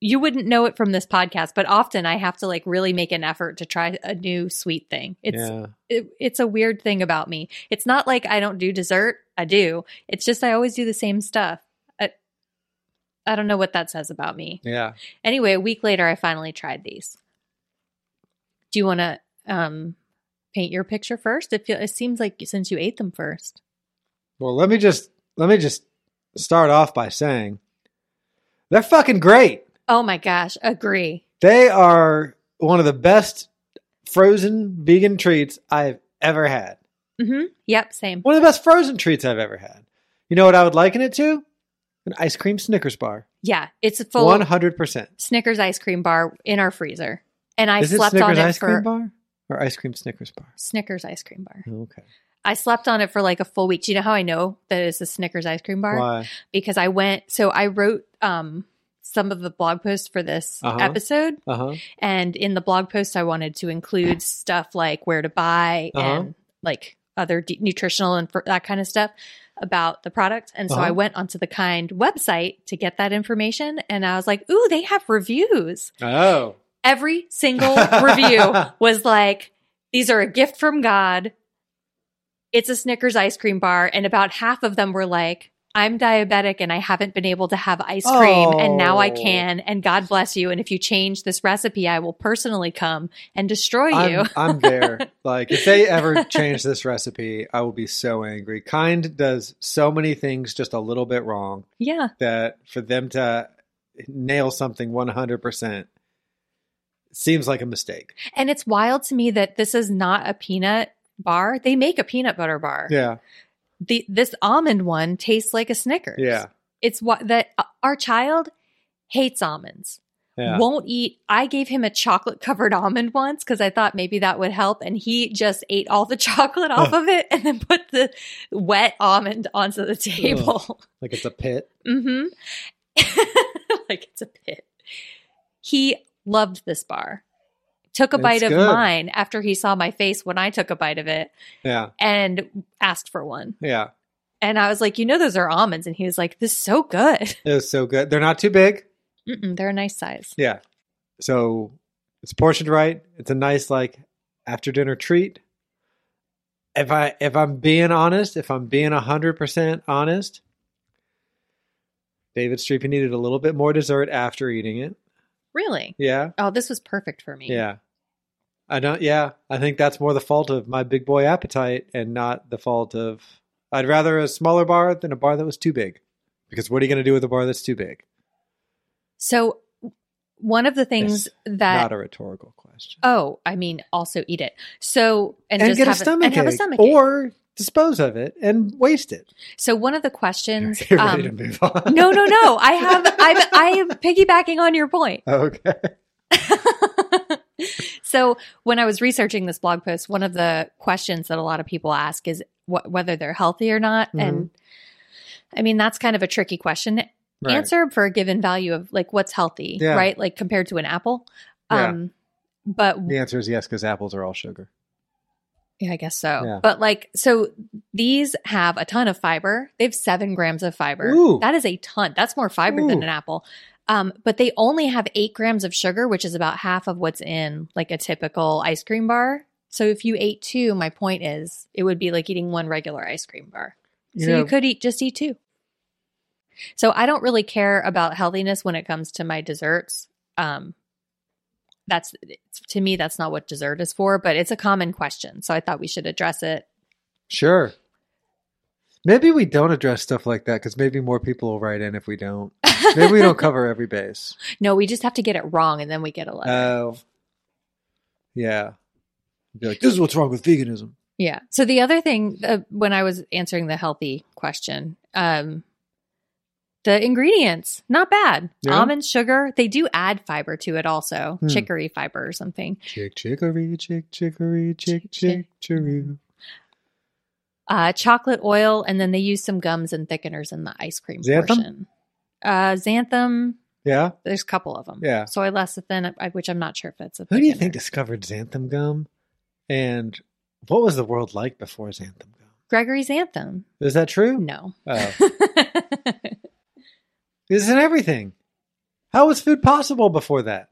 Speaker 1: You wouldn't know it from this podcast, but often I have to like really make an effort to try a new sweet thing. It's
Speaker 2: yeah.
Speaker 1: it, it's a weird thing about me. It's not like I don't do dessert. I do. It's just I always do the same stuff. I, I don't know what that says about me.
Speaker 2: Yeah.
Speaker 1: Anyway, a week later I finally tried these. Do you want to um paint your picture first? It feel, it seems like since you ate them first.
Speaker 2: Well, let me just let me just start off by saying they're fucking great.
Speaker 1: Oh my gosh, agree.
Speaker 2: They are one of the best frozen vegan treats I've ever had.
Speaker 1: Mhm. Yep, same.
Speaker 2: One of the best frozen treats I've ever had. You know what I would liken it to? An ice cream Snickers bar.
Speaker 1: Yeah, it's full
Speaker 2: One
Speaker 1: of
Speaker 2: hundred percent.
Speaker 1: Snickers ice cream bar in our freezer. And I
Speaker 2: Is it
Speaker 1: slept
Speaker 2: Snickers
Speaker 1: on it
Speaker 2: ice
Speaker 1: for
Speaker 2: cream bar or ice cream Snickers bar?
Speaker 1: Snickers ice cream bar.
Speaker 2: Okay.
Speaker 1: I slept on it for like a full week. Do you know how I know that it's a Snickers ice cream bar?
Speaker 2: Why?
Speaker 1: Because I went so I wrote um some of the blog posts for this
Speaker 2: Uh-huh.
Speaker 1: episode
Speaker 2: Uh huh.
Speaker 1: And in the blog post, I wanted to include stuff like where to buy
Speaker 2: Uh-huh.
Speaker 1: and like other de- nutritional and for that kind of stuff about the product. And so I
Speaker 2: Uh-huh.
Speaker 1: went onto the Kind website to get that information. And I was like, ooh, they have reviews.
Speaker 2: Oh.
Speaker 1: Every single review was like, these are a gift from God. It's a Snickers ice cream bar. And about half of them were like, I'm diabetic and I haven't been able to have ice cream and now I
Speaker 2: Oh.
Speaker 1: can. And God bless you. And if you change this recipe, I will personally come and destroy you.
Speaker 2: I'm, I'm there. Like if they ever change this recipe, I will be so angry. Kind does so many things just a little bit wrong
Speaker 1: yeah.
Speaker 2: that for them to nail something 100% seems like a mistake.
Speaker 1: And it's wild to me that this is not a peanut bar. They make a peanut butter bar.
Speaker 2: Yeah.
Speaker 1: The, this almond one tastes like a Snickers.
Speaker 2: Yeah.
Speaker 1: It's what that our child hates almonds.
Speaker 2: Yeah.
Speaker 1: won't eat. I gave him a chocolate covered almond once because I thought maybe that would help. And he just ate all the chocolate off of it and then put the wet almond onto the table.
Speaker 2: Like it's a pit.
Speaker 1: hmm like it's a pit. He loved this bar. Took a
Speaker 2: That's
Speaker 1: bite of
Speaker 2: good.
Speaker 1: mine after he saw my face when I took a bite of it
Speaker 2: Yeah.
Speaker 1: and asked for one.
Speaker 2: Yeah.
Speaker 1: And I was like, you know, those are almonds. And he was like, this is so good.
Speaker 2: It was so good. They're not too big.
Speaker 1: Mm-mm, they're a nice size.
Speaker 2: Yeah. So it's portioned right. It's a nice like after dinner treat. If I if I'm being honest, if I'm being hundred percent honest, David Streepy needed a little bit more dessert after eating it.
Speaker 1: Really?
Speaker 2: Yeah.
Speaker 1: Oh, this was perfect for me.
Speaker 2: Yeah. I don't yeah, I think that's more the fault of my big boy appetite and not the fault of I'd rather a smaller bar than a bar that was too big. Because what are you going to do with a bar that's too big?
Speaker 1: So, one of the things
Speaker 2: It's
Speaker 1: that,
Speaker 2: not a rhetorical question.
Speaker 1: oh, I mean, also eat it. So, and, just
Speaker 2: get
Speaker 1: have
Speaker 2: a stomach
Speaker 1: and have a stomach.
Speaker 2: or dispose of it and waste it.
Speaker 1: so, one of the questions.
Speaker 2: You're
Speaker 1: um,
Speaker 2: ready to move on.
Speaker 1: no, no, no. I have, I'm, I am piggybacking on your point.
Speaker 2: Okay.
Speaker 1: so when I was researching this blog post, one of the questions that a lot of people ask is wh- whether they're healthy or not,
Speaker 2: Mm-hmm.
Speaker 1: and I mean that's kind of a tricky question
Speaker 2: Right.
Speaker 1: answer for a given value of like what's healthy,
Speaker 2: Yeah.
Speaker 1: right? Like compared to an apple.
Speaker 2: Yeah.
Speaker 1: Um, but
Speaker 2: The answer is yes, because apples are all sugar.
Speaker 1: yeah, I guess so.
Speaker 2: Yeah.
Speaker 1: But like, so these have a ton of fiber. They have seven grams of fiber.
Speaker 2: Ooh.
Speaker 1: That is a ton. That's more fiber than
Speaker 2: Ooh.
Speaker 1: an apple. Um, but they only have eight grams of sugar, which is about half of what's in like a typical ice cream bar. So if you ate two, my point is it would be like eating one regular ice cream bar.
Speaker 2: You
Speaker 1: so
Speaker 2: know-
Speaker 1: you could eat just eat two. So I don't really care about healthiness when it comes to my desserts. Um, that's to me that's not what dessert is for but it's a common question so i thought we should address it
Speaker 2: Sure. Maybe we don't address stuff like that because maybe more people will write in if we don't. Maybe we don't cover every base.
Speaker 1: no we just have to get it wrong and then we get a letter
Speaker 2: Oh. yeah. Be like, this is what's wrong with veganism.
Speaker 1: yeah so the other thing uh, when i was answering the healthy question um the ingredients not bad
Speaker 2: Yeah.
Speaker 1: almond sugar they do add fiber to it also
Speaker 2: Hmm.
Speaker 1: chicory fiber or something
Speaker 2: Chick chickory, chick chickory,
Speaker 1: Chick,
Speaker 2: chick chick
Speaker 1: chick.
Speaker 2: chiroo.
Speaker 1: uh chocolate oil and then they use some gums and thickeners in the ice cream
Speaker 2: Xanthan?
Speaker 1: portion uh xanthan
Speaker 2: Yeah.
Speaker 1: there's a couple of them
Speaker 2: Yeah.
Speaker 1: soy lecithin uh, which i'm not sure if it's a
Speaker 2: Who do you
Speaker 1: thickener.
Speaker 2: think discovered xanthan gum? And what was the world like before xanthan gum?
Speaker 1: gregory xanthan
Speaker 2: Is that true?
Speaker 1: no
Speaker 2: Oh. This is in everything. How was food possible before that?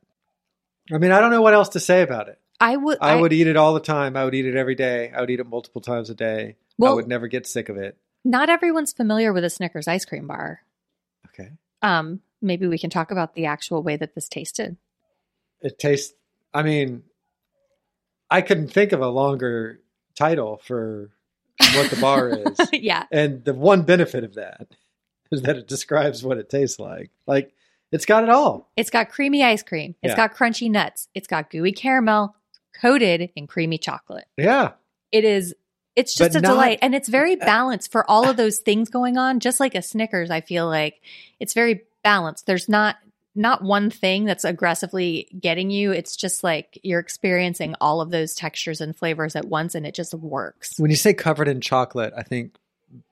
Speaker 2: I mean, I don't know what else to say about it.
Speaker 1: I would.
Speaker 2: I, would eat it all the time. I would eat it every day. I would eat it multiple times a day. I
Speaker 1: Well-
Speaker 2: would never get sick of it.
Speaker 1: Not everyone's familiar with a Snickers ice cream bar.
Speaker 2: Okay.
Speaker 1: Um, maybe we can talk about the actual way that this tasted.
Speaker 2: It tastes, I mean, I couldn't think of a longer title for what the bar is.
Speaker 1: yeah,
Speaker 2: And the one benefit of that is that it describes what it tastes like. Like, it's got it all.
Speaker 1: it's got creamy ice cream. It's
Speaker 2: Yeah.
Speaker 1: got crunchy nuts. It's got gooey caramel coated in creamy chocolate.
Speaker 2: Yeah.
Speaker 1: It is. It's just
Speaker 2: But
Speaker 1: a
Speaker 2: not- uh,
Speaker 1: delight, and it's very balanced for all of those things going on. Just like a Snickers, I feel like it's very balanced. There's not not one thing that's aggressively getting you. It's just like you're experiencing all of those textures and flavors at once, and it just works.
Speaker 2: When you say covered in chocolate, I think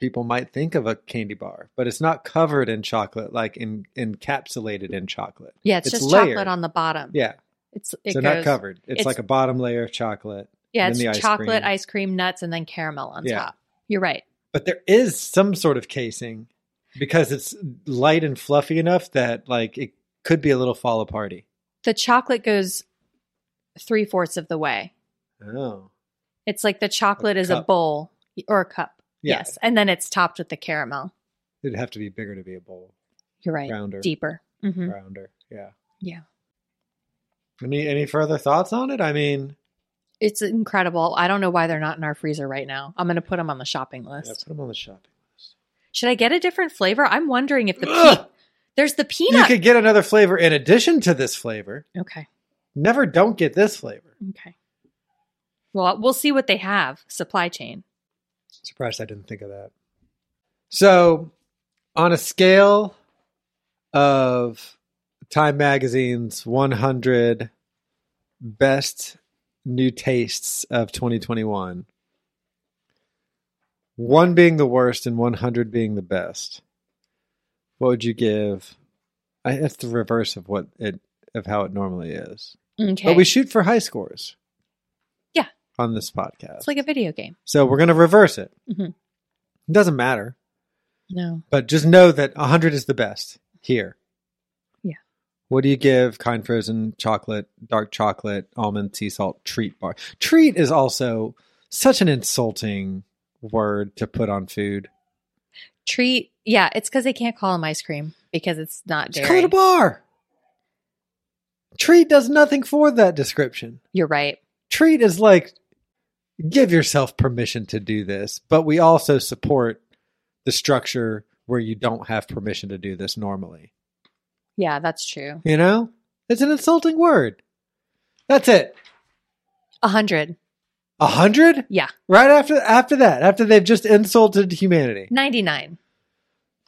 Speaker 2: people might think of a candy bar, but it's not covered in chocolate, like in, encapsulated in chocolate.
Speaker 1: Yeah, it's,
Speaker 2: It's
Speaker 1: just
Speaker 2: layered.
Speaker 1: chocolate on the bottom.
Speaker 2: Yeah.
Speaker 1: it's it
Speaker 2: so
Speaker 1: goes,
Speaker 2: not covered. It's,
Speaker 1: it's-
Speaker 2: like a bottom layer of chocolate.
Speaker 1: Yeah,
Speaker 2: and
Speaker 1: it's
Speaker 2: then the ice
Speaker 1: chocolate,
Speaker 2: cream.
Speaker 1: ice cream, nuts, and then caramel on
Speaker 2: Yeah.
Speaker 1: top. You're right.
Speaker 2: But there is some sort of casing because it's light and fluffy enough that like it could be a little fall aparty.
Speaker 1: The chocolate goes three fourths of the way.
Speaker 2: Oh.
Speaker 1: It's like the chocolate
Speaker 2: A
Speaker 1: is a
Speaker 2: cup.
Speaker 1: bowl or a cup.
Speaker 2: Yeah.
Speaker 1: Yes, and then it's topped with the caramel.
Speaker 2: It'd have to be bigger to be a bowl.
Speaker 1: You're right.
Speaker 2: Rounder.
Speaker 1: Deeper. hmm
Speaker 2: Rounder. Yeah.
Speaker 1: Yeah,
Speaker 2: Any any further thoughts on it? I mean
Speaker 1: it's incredible. I don't know why they're not in our freezer right now. I'm going to put them on the shopping
Speaker 2: yeah,
Speaker 1: list.
Speaker 2: put them on the shopping list.
Speaker 1: Should I get a different flavor? I'm wondering if the pe-
Speaker 2: Ugh!
Speaker 1: there's the
Speaker 2: You
Speaker 1: peanut.
Speaker 2: could get another flavor in addition to this flavor.
Speaker 1: okay.
Speaker 2: Never don't get this flavor.
Speaker 1: Okay. Well, we'll see what they have. Supply chain.
Speaker 2: Surprised I didn't think of that. So, on a scale of Time Magazine's 100 Best New Tastes of 2021. One being the worst and 100 being the best. What would you give? I, that's the reverse of what it of how it normally is.
Speaker 1: Okay.
Speaker 2: But we shoot for high scores.
Speaker 1: Yeah.
Speaker 2: On this podcast.
Speaker 1: it's like a video game.
Speaker 2: so we're going to reverse it.
Speaker 1: Mhm.
Speaker 2: It doesn't matter.
Speaker 1: No.
Speaker 2: But just know that 100 is the best here.
Speaker 1: Yeah.
Speaker 2: What do you give kind frozen chocolate, dark chocolate, almond sea salt treat bar? Treat is also such an insulting word to put on food.
Speaker 1: Treat. Yeah, it's because they can't call them ice cream because it's not
Speaker 2: Just call it
Speaker 1: dairy.
Speaker 2: a bar. Treat does nothing for that description.
Speaker 1: You're right.
Speaker 2: Treat is like give yourself permission to do this, but we also support the structure where you don't have permission to do this normally.
Speaker 1: Yeah, that's true.
Speaker 2: You know? It's an insulting word. That's it.
Speaker 1: A hundred.
Speaker 2: A hundred?
Speaker 1: Yeah.
Speaker 2: Right after after that, after they've just insulted humanity.
Speaker 1: Ninety nine.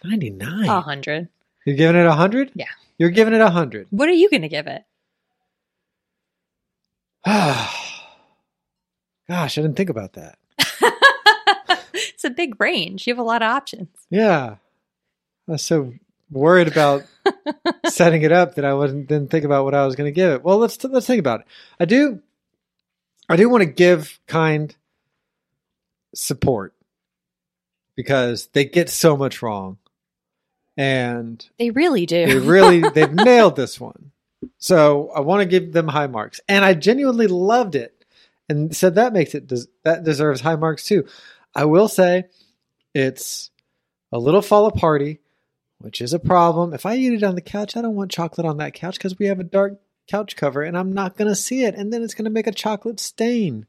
Speaker 2: Ninety nine.
Speaker 1: A hundred.
Speaker 2: You're giving it a hundred?
Speaker 1: Yeah.
Speaker 2: You're giving it a hundred.
Speaker 1: What are you gonna give it?
Speaker 2: Gosh, I didn't think about that.
Speaker 1: it's a big range. You have a lot of options.
Speaker 2: Yeah. I was so worried about setting it up that I wasn't didn't think about what I was going to give it. Well, let's let's think about it. I do I do want to give kind support because they get so much wrong. And
Speaker 1: They really do.
Speaker 2: they really they've nailed this one. So I want to give them high marks, and I genuinely loved it, and so that makes it des- that deserves high marks too. I will say, it's a little fall apart, which is a problem. If I eat it on the couch, I don't want chocolate on that couch because we have a dark couch cover, and I'm not going to see it, and then it's going to make a chocolate stain,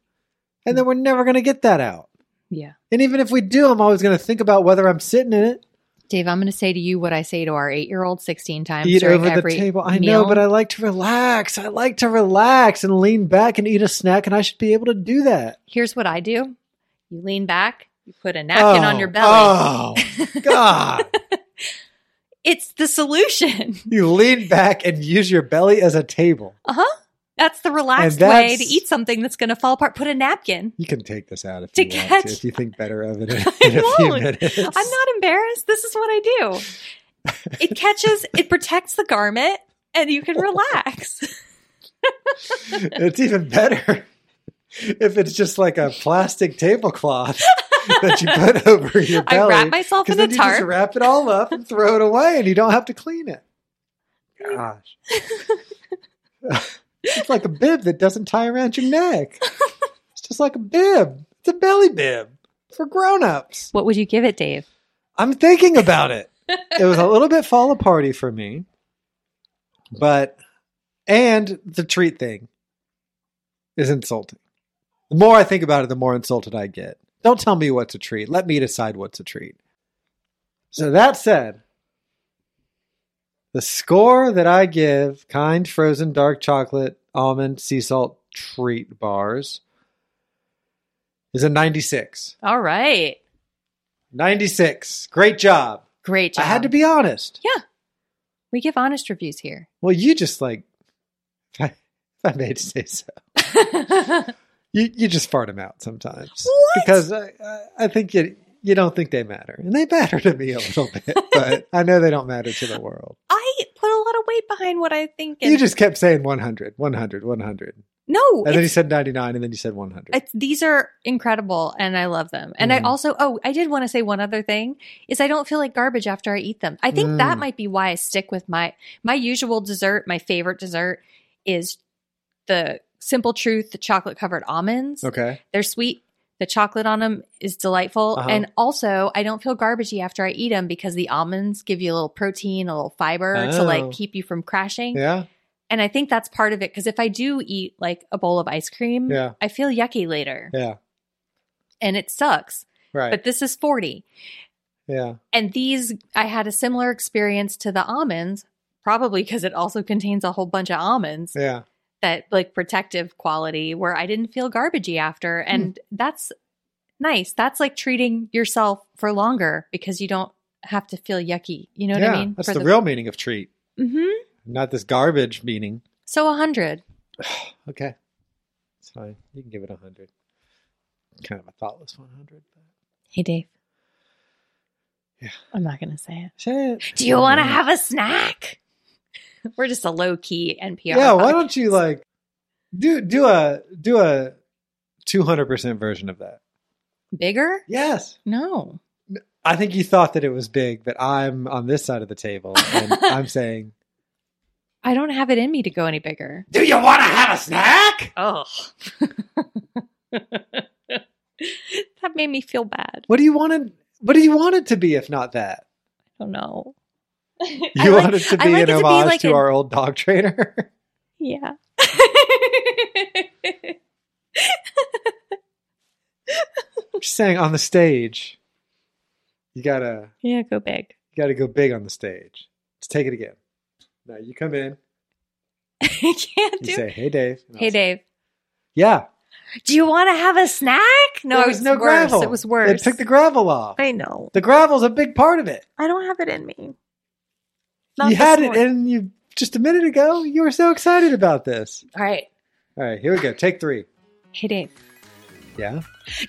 Speaker 2: and then we're never going to get that out.
Speaker 1: yeah.
Speaker 2: And even if we do, I'm always going to think about whether I'm sitting in it.
Speaker 1: Dave, I'm going to say to you what I say to our eight year old 16 times.
Speaker 2: eat
Speaker 1: during
Speaker 2: over the
Speaker 1: every
Speaker 2: table. I
Speaker 1: meal.
Speaker 2: know, but I like to relax. I like to relax and lean back and eat a snack, and I should be able to do that.
Speaker 1: Here's what I do you lean back, you put a napkin on
Speaker 2: Oh,
Speaker 1: your belly.
Speaker 2: Oh, God.
Speaker 1: It's the solution.
Speaker 2: you lean back and use your belly as a table.
Speaker 1: Uh huh. That's the relaxed
Speaker 2: And that's-
Speaker 1: way to eat something that's going to fall apart. Put a napkin.
Speaker 2: You can take this out if
Speaker 1: To
Speaker 2: you want
Speaker 1: catch-
Speaker 2: to, if you think better of it in,
Speaker 1: I
Speaker 2: in a few
Speaker 1: won't.
Speaker 2: minutes.
Speaker 1: I'm not embarrassed. This is what I do. It catches, it protects the garment, and you can relax.
Speaker 2: It's even better if it's just like a plastic tablecloth that you put over your
Speaker 1: I
Speaker 2: belly.
Speaker 1: wrap myself
Speaker 2: 'cause
Speaker 1: in a
Speaker 2: then you just
Speaker 1: tarp.
Speaker 2: wrap it all up and throw it away, and you don't have to clean it. Gosh, it's like a bib that doesn't tie around your neck. It's just like a bib. It's a belly bib for grown-ups.
Speaker 1: What would you give it, Dave?
Speaker 2: I'm thinking about it. It was a little bit fall aparty for me, but and the treat thing is insulting. The more I think about it, the more insulted I get. Don't tell me what's a treat. Let me decide what's a treat. So that said, the score that I give kind frozen dark chocolate almond sea salt treat bars is a 96.
Speaker 1: All right.
Speaker 2: 96. Great job.
Speaker 1: Great job.
Speaker 2: I had to be honest.
Speaker 1: Yeah. We give honest reviews here.
Speaker 2: Well, you just like, if I, if I may say so, you you just fart them out sometimes
Speaker 1: What?
Speaker 2: because I, I, I think you you don't think they matter, and they matter to me a little bit, but I know they don't matter to the world.
Speaker 1: I put a lot of weight behind what I think.
Speaker 2: You just kept saying 100, 100, 100.
Speaker 1: no.
Speaker 2: And then you
Speaker 1: It's,
Speaker 2: said 99, and then you said 100.
Speaker 1: it's, these are incredible, and I love them. And
Speaker 2: Mhm.
Speaker 1: I also, oh, I did want to say one other thing: is I don't feel like garbage after I eat them. I think that
Speaker 2: Mm.
Speaker 1: might be why I stick with my my usual dessert. My favorite dessert is the Simple Truth, the chocolate covered almonds.
Speaker 2: okay.
Speaker 1: They're sweet. The chocolate on them is delightful.
Speaker 2: Uh-huh.
Speaker 1: And also, I don't feel garbagey after I eat them because the almonds give you a little protein, a little fiber to
Speaker 2: Oh.
Speaker 1: like keep you from crashing.
Speaker 2: Yeah.
Speaker 1: And I think that's part of it because if I do eat like a bowl of ice cream,
Speaker 2: Yeah.
Speaker 1: I feel yucky later
Speaker 2: Yeah.
Speaker 1: and it sucks.
Speaker 2: Right.
Speaker 1: But this is 40.
Speaker 2: yeah.
Speaker 1: And these, I had a similar experience to the almonds, probably because it also contains a whole bunch of almonds
Speaker 2: Yeah.
Speaker 1: that like protective quality where I didn't feel garbagey after.
Speaker 2: Hmm.
Speaker 1: And that's nice. That's like treating yourself for longer because you don't have to feel yucky. You know
Speaker 2: yeah.
Speaker 1: what I mean?
Speaker 2: That's
Speaker 1: For
Speaker 2: the, real meaning of treat.
Speaker 1: Mhm.
Speaker 2: Not this garbage meaning.
Speaker 1: So 100.
Speaker 2: Okay. It's fine. You can give it a 100. Kind of a thoughtless 100. But...
Speaker 1: Hey, Dave.
Speaker 2: Yeah. Mm-hmm.
Speaker 1: I'm not going to say it.
Speaker 2: Say it.
Speaker 1: Do you want to have a snack? We're just a low key NPR.
Speaker 2: Yeah, why
Speaker 1: podcast.
Speaker 2: don't you like do do a do a 200% version of that?
Speaker 1: Bigger?
Speaker 2: Yes.
Speaker 1: No.
Speaker 2: I think you thought that it was big, but I'm on this side of the table and I'm saying,
Speaker 1: I don't have it in me to go any bigger.
Speaker 2: "Do you want to have a snack?"
Speaker 1: Oh. that made me feel bad.
Speaker 2: What do you want it what do you want it to be if not that?
Speaker 1: I don't know.
Speaker 2: You want it to be an homage to our old dog trainer.
Speaker 1: Yeah.
Speaker 2: I'm just saying on the stage. You got to
Speaker 1: yeah, go big.
Speaker 2: you got to go big on the stage. Let's take it again. Now you come in,
Speaker 1: I can't
Speaker 2: you
Speaker 1: do
Speaker 2: say, "Hey Dave." and I'll
Speaker 1: Hey,
Speaker 2: say,
Speaker 1: Dave.
Speaker 2: Yeah.
Speaker 1: Do you want to have a snack? No,
Speaker 2: there
Speaker 1: it
Speaker 2: was
Speaker 1: was
Speaker 2: no
Speaker 1: worse.
Speaker 2: gravel.
Speaker 1: It was worse.
Speaker 2: They took the gravel off.
Speaker 1: I know.
Speaker 2: The gravel's a big part of it.
Speaker 1: I don't have it in me.
Speaker 2: you
Speaker 1: this
Speaker 2: had it
Speaker 1: morning.
Speaker 2: in you just a minute ago. You were so excited about this.
Speaker 1: All right.
Speaker 2: All right, here we go. Take three.
Speaker 1: Hey, Dave.
Speaker 2: Yeah.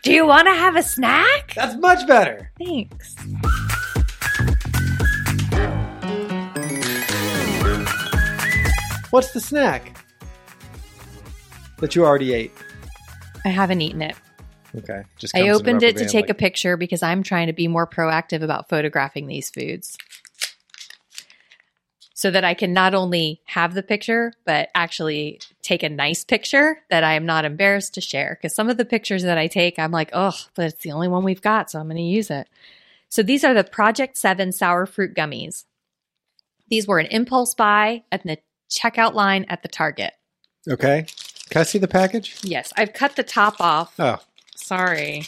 Speaker 1: Do you want to have a snack?
Speaker 2: That's much better.
Speaker 1: Thanks.
Speaker 2: What's the snack that you already ate?
Speaker 1: I haven't eaten it.
Speaker 2: Okay. Just
Speaker 1: I
Speaker 2: comes in
Speaker 1: opened
Speaker 2: rubber
Speaker 1: it to
Speaker 2: band,
Speaker 1: take a
Speaker 2: like-
Speaker 1: picture because I'm trying to be more proactive about photographing these foods so that I can not only have the picture, but actually take a nice picture that I am not embarrassed to share. Because some of the pictures that I take, I'm like, oh, but it's the only one we've got, so I'm going to use it. So these are the Project 7 Sour Fruit Gummies. These were an impulse buy at the checkout line at the Target.
Speaker 2: Okay. Can I see the package?
Speaker 1: Yes, I've cut the top off.
Speaker 2: Oh,
Speaker 1: Sorry.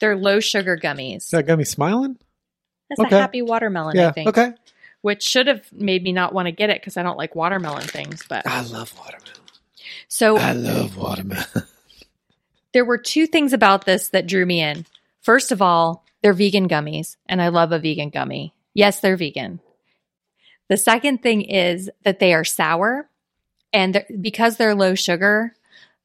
Speaker 1: They're low sugar gummies.
Speaker 2: is that gummy smiling?
Speaker 1: That's
Speaker 2: okay.
Speaker 1: a happy watermelon, I
Speaker 2: yeah.
Speaker 1: think.
Speaker 2: Okay.
Speaker 1: Which should have made me not want to get it because I don't like watermelon things. But
Speaker 2: I love watermelon.
Speaker 1: so
Speaker 2: I love watermelon.
Speaker 1: there were two things about this that drew me in. First of all, they're vegan gummies, and I love a vegan gummy. Yes, they're vegan. The second thing is that they are sour, and they're- because they're low sugar,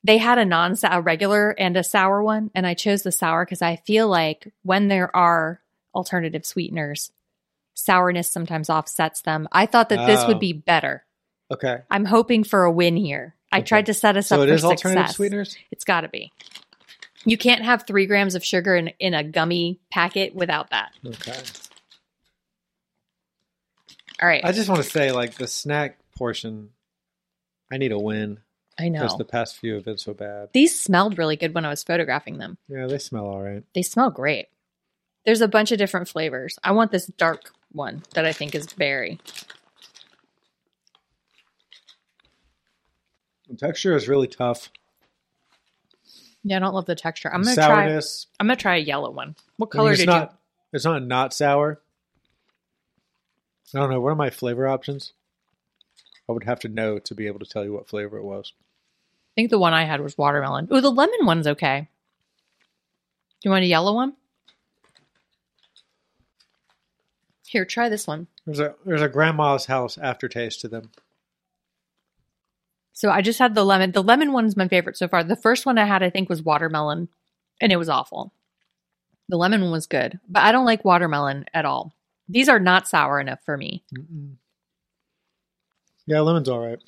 Speaker 1: they had a non a regular and a sour one, and I chose the sour because I feel like when there are alternative sweeteners, sourness sometimes offsets them. I thought that this
Speaker 2: Oh.
Speaker 1: would be better.
Speaker 2: okay.
Speaker 1: I'm hoping for a win here. I
Speaker 2: Okay.
Speaker 1: tried to set us
Speaker 2: So
Speaker 1: up
Speaker 2: it
Speaker 1: for
Speaker 2: is alternative
Speaker 1: success.
Speaker 2: sweeteners?
Speaker 1: It's got to be. You can't have three grams of sugar in, in a gummy packet without that.
Speaker 2: Okay.
Speaker 1: All right.
Speaker 2: I
Speaker 1: I,
Speaker 2: just want to say, like, the snack portion, I need a win
Speaker 1: know.
Speaker 2: because the past few have been so bad.
Speaker 1: These smelled really good when I was photographing them.
Speaker 2: Yeah, they smell all right.
Speaker 1: They smell great. There's a bunch of different flavors. I want this dark one that I think is berry.
Speaker 2: The texture is really tough.
Speaker 1: Yeah, I don't love the texture. I'm gonna try.
Speaker 2: Sourness.
Speaker 1: I'm gonna try a yellow one. What
Speaker 2: I mean,
Speaker 1: color
Speaker 2: it's
Speaker 1: did
Speaker 2: not, It's not not sour. I don't know. What are my flavor options? I would have to know to be able to tell you what flavor it was.
Speaker 1: you? I think the one I had was watermelon. Oh, the lemon one's okay. Do you want a yellow one? Here, try this one.
Speaker 2: There's a there's a grandma's house aftertaste to them.
Speaker 1: So I just had the lemon. The lemon one's my favorite so far. The first one I had, I think, was watermelon, and it was awful. The lemon one was good, but I don't like watermelon at all. These are not sour enough for me.
Speaker 2: Yeah, lemon's all right.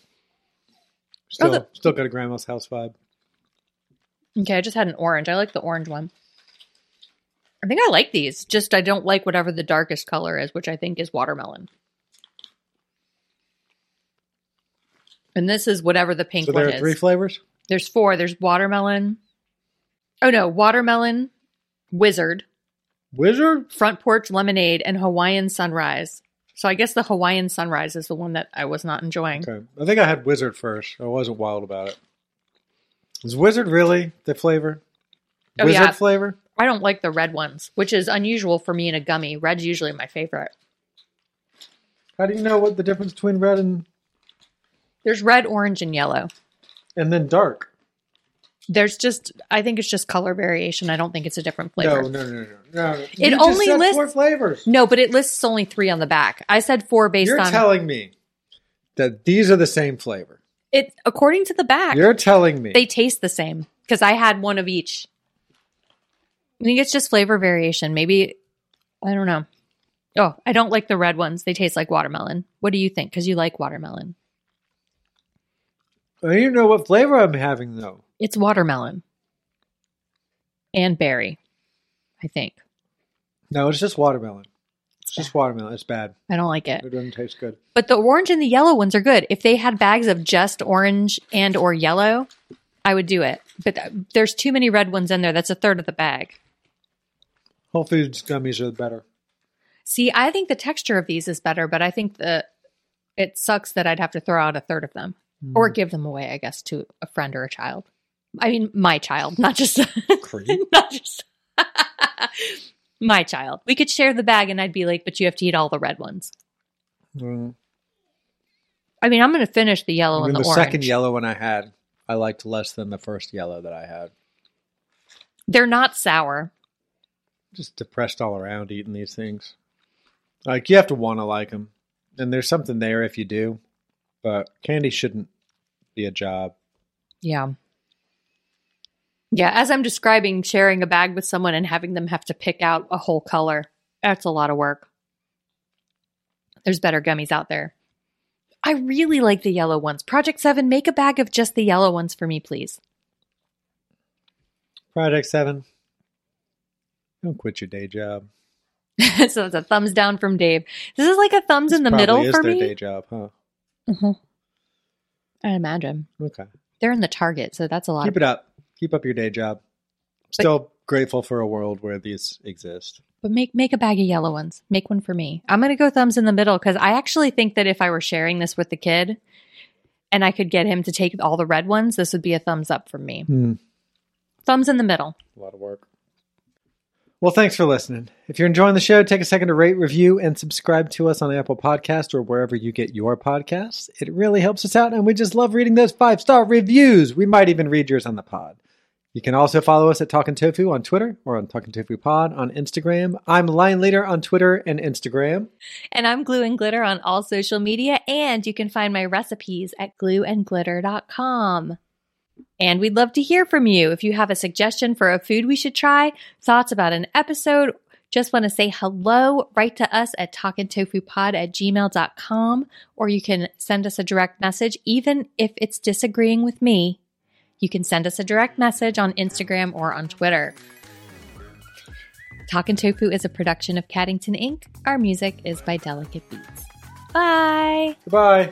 Speaker 2: Still,
Speaker 1: Oh, the-
Speaker 2: still got a grandma's house vibe.
Speaker 1: Okay, I just had an orange. I like the orange one. I think I like these. Just I don't like whatever the darkest color is, which I think is watermelon. And this is whatever the pink
Speaker 2: So
Speaker 1: one
Speaker 2: there
Speaker 1: is.
Speaker 2: are three flavors.
Speaker 1: There's four. There's watermelon. Oh no, watermelon, wizard,
Speaker 2: Wizard.
Speaker 1: front porch lemonade and Hawaiian sunrise. So I guess the Hawaiian sunrise is the one that I was not enjoying.
Speaker 2: Okay, I think I had wizard first. I wasn't wild about it. Is wizard really the flavor?
Speaker 1: Oh,
Speaker 2: wizard
Speaker 1: yeah.
Speaker 2: flavor.
Speaker 1: I don't like the red ones, which is unusual for me in a gummy. Red's usually my favorite.
Speaker 2: How do you know what the difference between red and
Speaker 1: There's red, orange, and yellow.
Speaker 2: and then dark?
Speaker 1: There's just, I think it's just color variation. I don't think it's a different flavor.
Speaker 2: No, no, no, no, no. no.
Speaker 1: only
Speaker 2: said
Speaker 1: lists-
Speaker 2: four flavors.
Speaker 1: No, but it lists only three on the back. I said four based
Speaker 2: You're
Speaker 1: on.
Speaker 2: telling me that these are the same flavor.
Speaker 1: It according to the back,
Speaker 2: You're telling me.
Speaker 1: they taste the same because I had one of each. I think it's just flavor variation. Maybe I don't know. Oh, I don't like the red ones. They taste like watermelon. What do you think? Because you like watermelon.
Speaker 2: I don't even know what flavor I'm having though.
Speaker 1: It's watermelon and berry. I think
Speaker 2: No, it's just watermelon. It's just watermelon. It's bad.
Speaker 1: I don't like it.
Speaker 2: It doesn't taste good.
Speaker 1: But the orange and the yellow ones are good. If they had bags of just orange and or yellow, I would do it. But th- there's too many red ones in there. That's a third of the bag.
Speaker 2: Whole Foods gummies are better.
Speaker 1: See, I think the texture of these is better, but I think the it sucks that I'd have to throw out a third of them
Speaker 2: Hmm.
Speaker 1: or give them away, I guess, to a friend or a child. I mean, my child, not just
Speaker 2: Creep.
Speaker 1: not just my child. We could share the bag, and I'd be like, "But you have to eat all the red ones."
Speaker 2: Mm.
Speaker 1: I mean, I'm going to finish the yellow
Speaker 2: I
Speaker 1: and
Speaker 2: mean, the
Speaker 1: the, orange.
Speaker 2: second yellow one I had, I liked less than the first yellow that I had.
Speaker 1: They're not sour.
Speaker 2: Just depressed all around eating these things. Like you have to want to like them, and there's something there if you do, but candy shouldn't be a job.
Speaker 1: Yeah. Yeah, as I'm describing sharing a bag with someone and having them have to pick out a whole color, that's a lot of work. There's better gummies out there. I really like the yellow ones. Project 7, make a bag of just the yellow ones for me, please.
Speaker 2: Project Seven, don't quit your day job.
Speaker 1: so it's a thumbs down from Dave. This is like a thumbs in the
Speaker 2: Probably
Speaker 1: middle
Speaker 2: is
Speaker 1: for
Speaker 2: their
Speaker 1: me. Mm-hmm.
Speaker 2: day job, huh?
Speaker 1: I imagine.
Speaker 2: Okay,
Speaker 1: They're in the Target, so that's a lot.
Speaker 2: keep
Speaker 1: of,
Speaker 2: it up. Keep up your day job. Still grateful for a world where these exist.
Speaker 1: but make make a bag of yellow ones. Make one for me. I'm going to go thumbs in the middle cuz I actually think that if I were sharing this with the kid and I could get him to take all the red ones, this would be a thumbs up from me.
Speaker 2: Hmm.
Speaker 1: Thumbs in the middle.
Speaker 2: A lot of work. Well, thanks for listening. If you're enjoying the show, take a second to rate, review, and subscribe to us on Apple Podcasts or wherever you get your podcasts. It really helps us out, and we just love reading those five star reviews. We might even read yours on the pod. You can also follow us at Talkin' Tofu on Twitter or on Talkin' Tofu Pod on Instagram. I'm Line Leader on Twitter and Instagram.
Speaker 1: And I'm Glue and Glitter on all social media and you can find my recipes at glueandglitter.com. And we'd love to hear from you. If you have a suggestion for a food we should try, thoughts about an episode, just want to say hello, write to us at talkingtofupod at gmail.com, or you can send us a direct message, even if it's disagreeing with me. You can send us a direct message on Instagram or on Twitter. Talkin' Tofu is a production of Caddington Inc. Our music is by Delicate Beats. Bye!
Speaker 2: Goodbye.